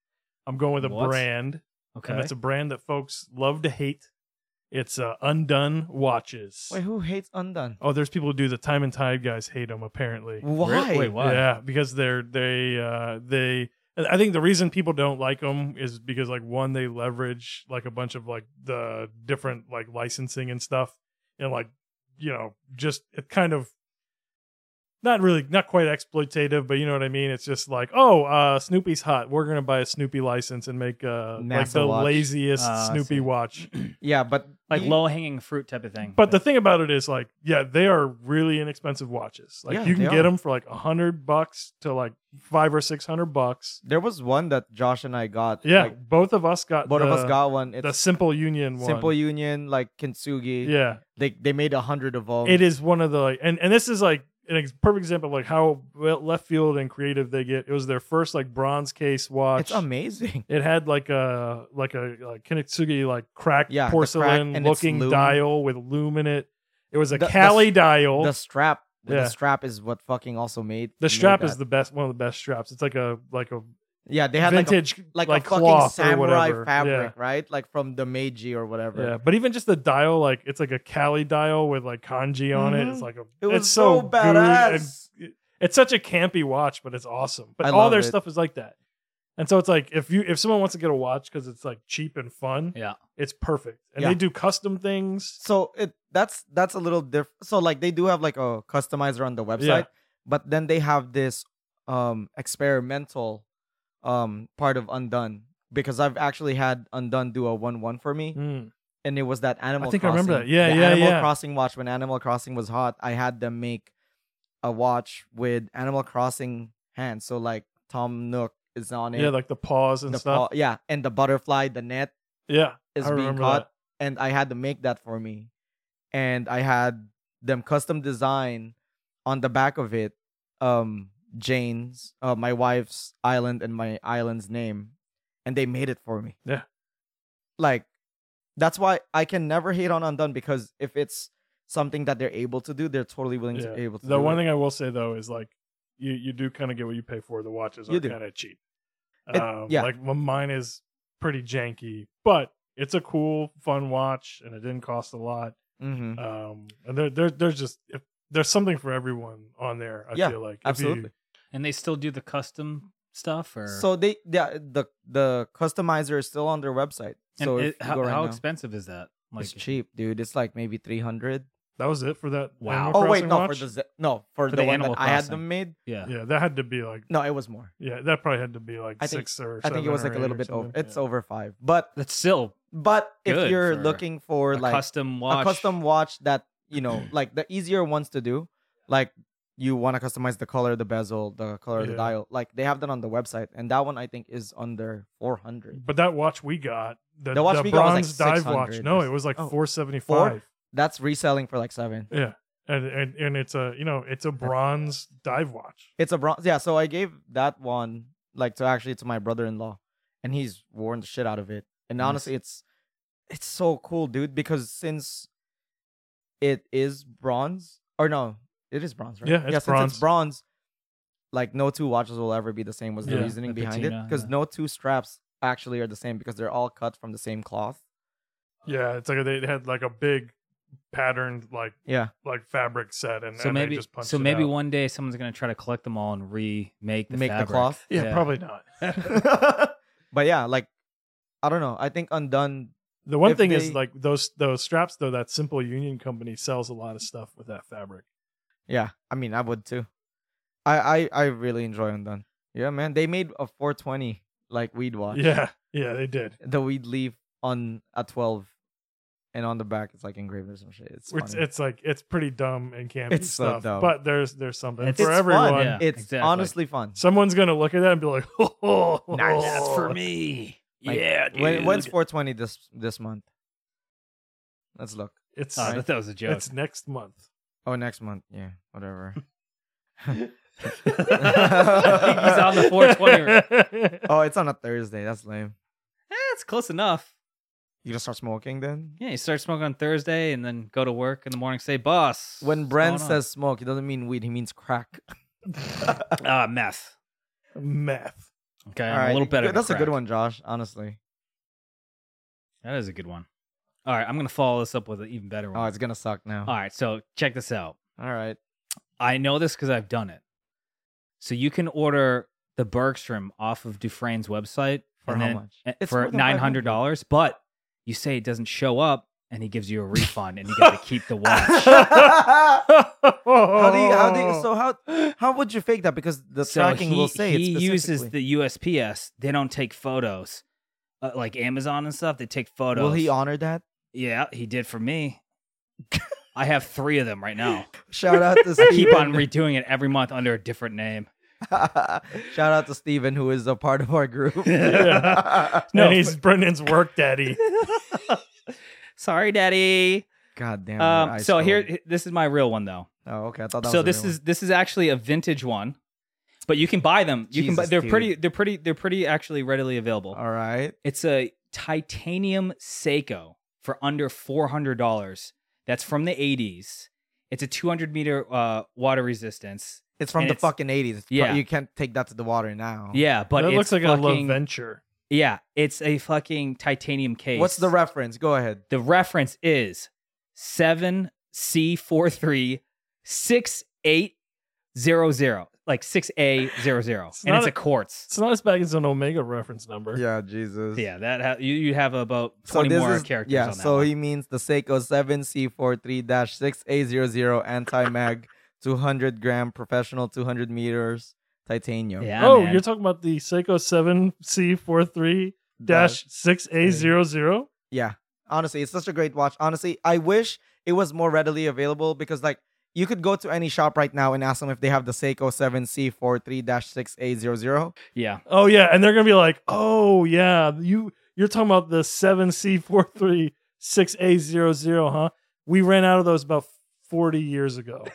Speaker 3: I'm going with a
Speaker 1: What?
Speaker 3: brand,
Speaker 1: Okay,
Speaker 3: and that's a brand that folks love to hate. It's uh, Undone Watches.
Speaker 2: Wait, who hates Undone?
Speaker 3: Oh, there's people who do the Time and Tide guys hate them apparently.
Speaker 2: Why?
Speaker 1: Wait, what?
Speaker 3: Yeah, because they're they uh they I think the reason people don't like them is because like one they leverage like a bunch of like the different like licensing and stuff and like you know just it kind of not really not quite exploitative but you know what I mean it's just like oh uh Snoopy's hot we're going to buy a Snoopy license and make uh like
Speaker 2: NASA
Speaker 3: the
Speaker 2: watch.
Speaker 3: laziest
Speaker 1: Ah, I see.
Speaker 3: Snoopy watch
Speaker 2: Yeah, but
Speaker 1: Like
Speaker 2: you-
Speaker 1: low hanging fruit type of thing.
Speaker 3: but the thing about it is, like, yeah, they are really inexpensive watches. Like,
Speaker 2: Yeah,
Speaker 3: you can
Speaker 2: they
Speaker 3: get
Speaker 2: are.
Speaker 3: them for like a hundred bucks to like five or six hundred bucks.
Speaker 2: There was one that Josh and I got.
Speaker 3: Yeah,
Speaker 2: like,
Speaker 3: both of us got
Speaker 2: both
Speaker 3: the,
Speaker 2: of us got one.
Speaker 3: the
Speaker 2: It's
Speaker 3: Simple Union one.
Speaker 2: Simple Union, like Kintsugi.
Speaker 3: yeah,
Speaker 2: they they made a hundred of them.
Speaker 3: it is one of the like, and and this is like an ex- perfect example of like how well left field and creative they get. It was their first like bronze case watch.
Speaker 2: It's amazing.
Speaker 3: It had like a like a like Kinetsugi like cracked
Speaker 2: Yeah, the crack
Speaker 3: porcelain
Speaker 2: and its
Speaker 3: looking
Speaker 2: lume.
Speaker 3: dial with lume in it. It was a
Speaker 2: The- the
Speaker 3: Cali
Speaker 2: s-
Speaker 3: dial.
Speaker 2: The strap,
Speaker 3: Oh. Yeah.
Speaker 2: the strap is what fucking also made
Speaker 3: The strap
Speaker 2: made
Speaker 3: is
Speaker 2: that.
Speaker 3: the best, one of the best straps. It's like a like a
Speaker 2: yeah. They had like a
Speaker 3: vintage
Speaker 2: like, a fucking
Speaker 3: cloth or
Speaker 2: samurai
Speaker 3: whatever.
Speaker 2: fabric, right? Like from the Meiji or
Speaker 3: Yeah.
Speaker 2: whatever.
Speaker 3: yeah, but even just the dial, like it's like a Cali dial with like kanji on it. It's
Speaker 2: Mhm.
Speaker 3: like a,
Speaker 2: It was
Speaker 3: it's so, good and-
Speaker 2: badass.
Speaker 3: it's such a campy watch, but it's awesome. But
Speaker 2: I
Speaker 3: all
Speaker 2: love
Speaker 3: their
Speaker 2: it.
Speaker 3: stuff is like that, and so it's like if you if someone wants to get a watch because it's like cheap and fun,
Speaker 1: Yeah.
Speaker 3: it's perfect. And
Speaker 2: Yeah.
Speaker 3: they do custom things.
Speaker 2: So it that's that's a little different. So like they do have like a customizer on the website,
Speaker 3: Yeah.
Speaker 2: but then they have this um experimental um part of Undone because I've actually had Undone do a one one for me,
Speaker 3: Mm.
Speaker 2: and it was that Animal.
Speaker 3: think I
Speaker 2: Crossing.
Speaker 3: remember that. Yeah,
Speaker 2: the
Speaker 3: yeah,
Speaker 2: Animal
Speaker 3: yeah.
Speaker 2: Crossing watch when Animal Crossing was hot. I had them make a watch with Animal Crossing hands. So like Tom Nook is on it.
Speaker 3: Yeah, like the paws and
Speaker 2: the
Speaker 3: stuff.
Speaker 2: paw- yeah, and the butterfly, the net
Speaker 3: Yeah,
Speaker 2: is
Speaker 3: I
Speaker 2: being
Speaker 3: remember
Speaker 2: caught
Speaker 3: that.
Speaker 2: and I had to make that for me. And I had them custom design on the back of it, um, Jane's, uh, my wife's island and my island's name, and they made it for me.
Speaker 3: Yeah.
Speaker 2: Like, that's why I can never hate on Undone because if it's something that they're able to do, they're totally willing
Speaker 3: Yeah.
Speaker 2: to able to.
Speaker 3: the
Speaker 2: do
Speaker 3: one
Speaker 2: it.
Speaker 3: thing I will say though is like you you do kind of get what you pay for. The watches
Speaker 2: You
Speaker 3: are
Speaker 2: do.
Speaker 3: kind of cheap.
Speaker 2: It-
Speaker 3: um,
Speaker 2: yeah.
Speaker 3: like well, mine is pretty janky, but it's a cool, fun watch, and it didn't cost a lot.
Speaker 2: Mhm.
Speaker 3: Um, and there, there there's just if, there's something for everyone on there. I
Speaker 2: Yeah,
Speaker 3: feel like If
Speaker 2: absolutely.
Speaker 1: and they still do the custom stuff or
Speaker 2: So they, yeah, the the customizer is still on their website.
Speaker 1: And
Speaker 2: So
Speaker 1: it-
Speaker 2: if you
Speaker 1: how,
Speaker 2: go right
Speaker 1: how
Speaker 2: now,
Speaker 1: expensive is that? Like
Speaker 2: it's cheap, dude. It's like maybe three hundred.
Speaker 3: that was it for that.
Speaker 1: Wow.
Speaker 3: Animal
Speaker 2: Oh wait,
Speaker 3: Crossing
Speaker 2: no
Speaker 3: watch?
Speaker 2: for the Z- no for,
Speaker 1: For
Speaker 2: the,
Speaker 1: the
Speaker 2: one that
Speaker 1: Animal
Speaker 2: I had
Speaker 1: Crossing.
Speaker 2: them made.
Speaker 1: yeah.
Speaker 3: yeah, that had to be like
Speaker 2: No, it was more.
Speaker 3: yeah, that probably had to be like
Speaker 2: I think-
Speaker 3: six or
Speaker 2: I think it
Speaker 3: seven
Speaker 2: was
Speaker 3: or
Speaker 2: like a little
Speaker 3: eight or
Speaker 2: bit over.
Speaker 3: something.
Speaker 2: It's
Speaker 3: Yeah.
Speaker 2: over five. But
Speaker 1: That's still
Speaker 2: but
Speaker 1: Good
Speaker 2: if you're
Speaker 1: for
Speaker 2: looking for
Speaker 1: a
Speaker 2: like
Speaker 1: custom watch.
Speaker 2: a custom watch that you know like the easier ones to do, like you want to customize the color, the bezel, the color of the
Speaker 3: Yeah.
Speaker 2: dial. Like they have that on the website, and that one I think is under four hundred.
Speaker 3: But that watch we got, the,
Speaker 2: The watch
Speaker 3: the
Speaker 2: we got
Speaker 3: bronze
Speaker 2: was, like,
Speaker 3: dive watch.
Speaker 2: 600
Speaker 3: No,
Speaker 2: or
Speaker 3: it was like
Speaker 2: Oh.
Speaker 3: four seventy five.
Speaker 2: That's reselling for like seven.
Speaker 3: Yeah. And, and and it's a you know it's a bronze dive watch.
Speaker 2: It's a bronze. Yeah, so I gave that one like to actually to my brother-in-law, and he's worn the shit out of it. And
Speaker 1: Nice.
Speaker 2: honestly, it's it's so cool, dude, because since it is bronze, or no, it is bronze, right?
Speaker 3: Yeah, it's
Speaker 2: since
Speaker 3: bronze.
Speaker 2: it's bronze, like no two watches will ever be the same. Was the
Speaker 3: Yeah,
Speaker 2: reasoning
Speaker 1: the
Speaker 2: behind it?
Speaker 1: patina,
Speaker 2: Because
Speaker 1: yeah.
Speaker 2: no two straps actually are the same because they're all cut from the same cloth.
Speaker 3: Yeah, it's like they had like a big patterned like
Speaker 2: Yeah,
Speaker 3: like fabric set, and,
Speaker 1: so
Speaker 3: and they
Speaker 1: maybe
Speaker 3: just punched
Speaker 1: so
Speaker 3: it
Speaker 1: maybe
Speaker 3: out.
Speaker 1: one day someone's gonna try to collect them all and remake the
Speaker 2: make
Speaker 1: fabric.
Speaker 2: the cloth.
Speaker 3: Yeah,
Speaker 1: yeah.
Speaker 3: probably not.
Speaker 2: But yeah, like I don't know. I think undone.
Speaker 3: the one
Speaker 2: If
Speaker 3: thing is
Speaker 2: they-
Speaker 3: like those those straps though. That Simple Union company sells a lot of stuff with that fabric.
Speaker 2: Yeah, I mean, I would too. I I, I really enjoy Undone. Yeah, man, they made a 420 like weed watch.
Speaker 3: Yeah, yeah, they did.
Speaker 2: the weed leaf on a 12, and on the back it's like engraved or some shit. It's
Speaker 3: It's,
Speaker 2: funny.
Speaker 3: it's like it's pretty dumb and campy
Speaker 2: It's so
Speaker 3: stuff,
Speaker 2: dumb.
Speaker 3: but there's there's something
Speaker 1: It's-
Speaker 3: for
Speaker 2: It's
Speaker 3: everyone.
Speaker 2: Fun.
Speaker 1: Yeah,
Speaker 2: it's
Speaker 1: exactly.
Speaker 2: honestly fun.
Speaker 3: Someone's gonna look at that and be like, "Oh,
Speaker 2: Nice.
Speaker 1: That's for me.
Speaker 2: Like,
Speaker 1: yeah. Dude.
Speaker 2: When, when's 420 this this month? Let's look.
Speaker 3: It's
Speaker 1: Oh, I thought that was a joke.
Speaker 3: it's next month."
Speaker 2: Oh, next month. Yeah, whatever.
Speaker 3: He's
Speaker 1: on the 420
Speaker 2: oh, it's on a Thursday. That's lame.
Speaker 1: Eh, it's close enough.
Speaker 2: You gonna start smoking then?
Speaker 1: Yeah, you start smoking on Thursday and then go to work in the morning. Say, boss.
Speaker 2: When
Speaker 1: what's
Speaker 2: Bren
Speaker 1: going on?"
Speaker 2: says smoke, he doesn't mean weed. He means crack.
Speaker 1: ah meth.
Speaker 3: Meth.
Speaker 1: Okay,
Speaker 2: All
Speaker 1: I'm a little
Speaker 2: right,
Speaker 1: better.
Speaker 2: That's a good
Speaker 1: crack.
Speaker 2: one, Josh. Honestly.
Speaker 1: That is a good one. All right, I'm gonna follow this up with an even better one.
Speaker 2: Oh, it's gonna suck now.
Speaker 1: All right, so check this out.
Speaker 2: All right.
Speaker 1: I know this because I've done it. So you can order the Bergstrom off of Dufresne's website
Speaker 2: For
Speaker 1: and
Speaker 2: how
Speaker 1: then-
Speaker 2: much?
Speaker 1: eh,
Speaker 2: It's
Speaker 1: for
Speaker 2: more than
Speaker 1: nine hundred dollars, but you say it doesn't show up, and he gives you a refund, and you get to keep the watch.
Speaker 2: how
Speaker 3: how
Speaker 2: do you? How do you? So how? How would you fake that? Because the
Speaker 1: So
Speaker 2: tracking
Speaker 1: he,
Speaker 2: will say
Speaker 1: he
Speaker 2: it
Speaker 1: uses
Speaker 2: specifically.
Speaker 1: the USPS. They don't take photos, uh, like Amazon and stuff. They take photos.
Speaker 2: Will he honor that?
Speaker 1: Yeah, he did for me. I have three of them right now.
Speaker 2: Shout out to
Speaker 1: I keep on
Speaker 2: Steven.
Speaker 1: redoing it every month under a different name.
Speaker 2: Shout out to Steven, who is a part of our group.
Speaker 3: Yeah.
Speaker 1: No,
Speaker 3: and he's Brendan's work daddy.
Speaker 1: Sorry, Daddy.
Speaker 2: God damn. your
Speaker 1: Um,
Speaker 2: eyes
Speaker 1: so
Speaker 2: cold.
Speaker 1: here, this is my real one though.
Speaker 2: Oh, okay. I thought that
Speaker 1: so
Speaker 2: was a
Speaker 1: this
Speaker 2: real
Speaker 1: is this is actually a vintage one, but you can buy them. You can buy.
Speaker 2: Jesus,
Speaker 1: They're
Speaker 2: dude.
Speaker 1: pretty. They're pretty. They're pretty actually readily available.
Speaker 2: one. All right.
Speaker 1: It's a titanium Seiko for under four hundred dollars. That's from the '80s. It's a 200 meter uh, water resistance.
Speaker 2: It's from
Speaker 1: And
Speaker 2: the
Speaker 1: it's-
Speaker 2: fucking eighties.
Speaker 1: Yeah.
Speaker 2: You can't take that to the water now.
Speaker 1: Yeah, but
Speaker 3: that
Speaker 1: it's
Speaker 3: looks like a love
Speaker 1: fucking,
Speaker 3: venture.
Speaker 1: Yeah, it's a fucking titanium case.
Speaker 2: What's the reference? Go ahead.
Speaker 1: The reference is 7C43 6800, like 6800.
Speaker 3: It's
Speaker 1: and
Speaker 3: not
Speaker 1: it's
Speaker 3: a-
Speaker 1: a quartz.
Speaker 3: It's not as bad as an Omega reference number.
Speaker 2: Yeah, Jesus.
Speaker 1: Yeah, that ha- you, you have about 20 more characters
Speaker 2: yeah.
Speaker 1: on that.
Speaker 2: so
Speaker 1: one.
Speaker 2: he means the Seiko Seven C 43 Six A 00 anti mag, two hundred gram professional, two hundred meters titanium.
Speaker 1: yeah,
Speaker 3: oh,
Speaker 1: man.
Speaker 3: you're talking about the Seiko 7C43
Speaker 2: Dash-
Speaker 3: 6A00?
Speaker 2: Yeah. Honestly, it's such a great watch. Honestly, I wish it was more readily available because like you could go to any shop right now and ask them if they have the Seiko 7C43-6A00.
Speaker 1: yeah.
Speaker 3: Oh, yeah. And they're going to be like, oh, yeah, you, you're talking about the 7C43 6A00, huh? We ran out of those about 40 years ago.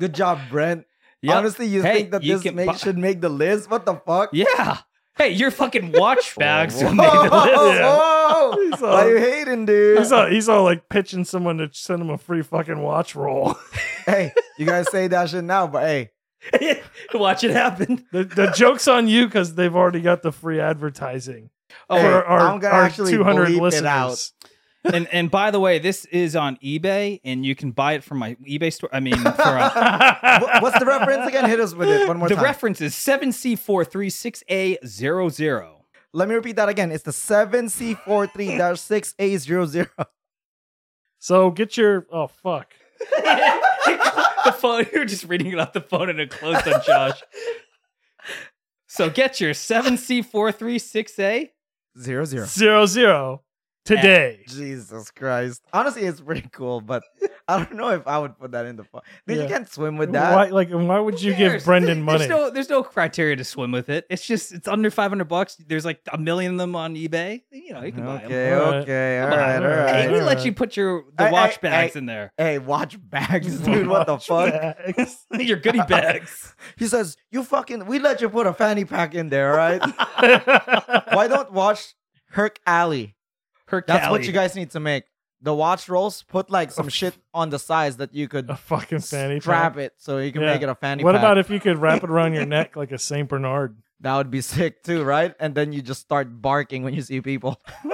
Speaker 2: Good job, Brent.
Speaker 1: Yep.
Speaker 2: Honestly, you
Speaker 1: Hey,
Speaker 2: think that
Speaker 1: you
Speaker 2: this
Speaker 1: can
Speaker 2: make,
Speaker 1: buy-
Speaker 2: should make the list? What the fuck?
Speaker 1: yeah. Hey, your fucking watch bags.
Speaker 2: Whoa,
Speaker 1: made the list.
Speaker 2: Oh, whoa,
Speaker 3: Yeah.
Speaker 2: whoa.
Speaker 3: He's
Speaker 2: Why you
Speaker 3: all,
Speaker 2: hating, dude?
Speaker 3: he's all, he's all like pitching someone to send him a free fucking watch roll.
Speaker 2: hey, you guys say that shit now, but hey,
Speaker 1: Watch it happen.
Speaker 3: the, the joke's on you because they've already got the free advertising.
Speaker 2: Hey,
Speaker 3: for our,
Speaker 2: I'm gonna
Speaker 3: our
Speaker 2: actually
Speaker 3: 200
Speaker 2: bleep it
Speaker 3: listeners.
Speaker 2: out.
Speaker 1: and and by the way, this is on eBay, and you can buy it from my eBay store. I mean, for uh,
Speaker 2: wha- what's the reference again? Hit us with it one more
Speaker 1: the
Speaker 2: time.
Speaker 1: reference is 7C436A00.
Speaker 2: Let me repeat that again. It's the 7C43-6A00.
Speaker 3: So get your oh fuck.
Speaker 1: the phone, you're just reading it off the phone and it closed on Josh. So get your 7C436A.
Speaker 2: Zero zero.
Speaker 3: Zero zero today.
Speaker 2: Jesus Christ. Honestly, it's pretty cool, but I don't know if I would put that in the phone. Dude,
Speaker 3: Yeah.
Speaker 2: you can't swim with that.
Speaker 3: Why, like, why would you give
Speaker 1: There's-
Speaker 3: Brendan money?
Speaker 1: There's no, there's no criteria to swim with it. It's just, it's under 500 bucks. There's like a million of them on eBay. You
Speaker 3: Oh,
Speaker 1: know, you can buy them.
Speaker 2: okay,
Speaker 3: All right.
Speaker 2: okay, all
Speaker 1: Come on.
Speaker 2: right, all
Speaker 3: Hey,
Speaker 2: right.
Speaker 1: Hey, we
Speaker 3: All
Speaker 1: let
Speaker 3: right.
Speaker 1: you put your
Speaker 2: Hey,
Speaker 1: the
Speaker 2: hey,
Speaker 1: watch
Speaker 2: hey.
Speaker 1: bags in there.
Speaker 2: Hey, watch bags, dude. What the
Speaker 3: Watch
Speaker 2: fuck?
Speaker 3: bags.
Speaker 1: your goodie bags.
Speaker 2: He says, You fucking, we let you put a fanny pack in there, all right? Why don't watch Herc Alley?
Speaker 1: Her
Speaker 2: That's
Speaker 1: Cali.
Speaker 2: what you guys need to make. The watch rolls, put like some shit on the sides that you could
Speaker 3: a fucking fanny
Speaker 2: strap
Speaker 3: pack.
Speaker 2: it so you can
Speaker 3: Yeah.
Speaker 2: make it a fanny
Speaker 3: What
Speaker 2: pack.
Speaker 3: about if you could wrap it around your neck like a Saint Bernard?
Speaker 2: That would be sick too, right? And then you just start barking when you see people.
Speaker 3: I'm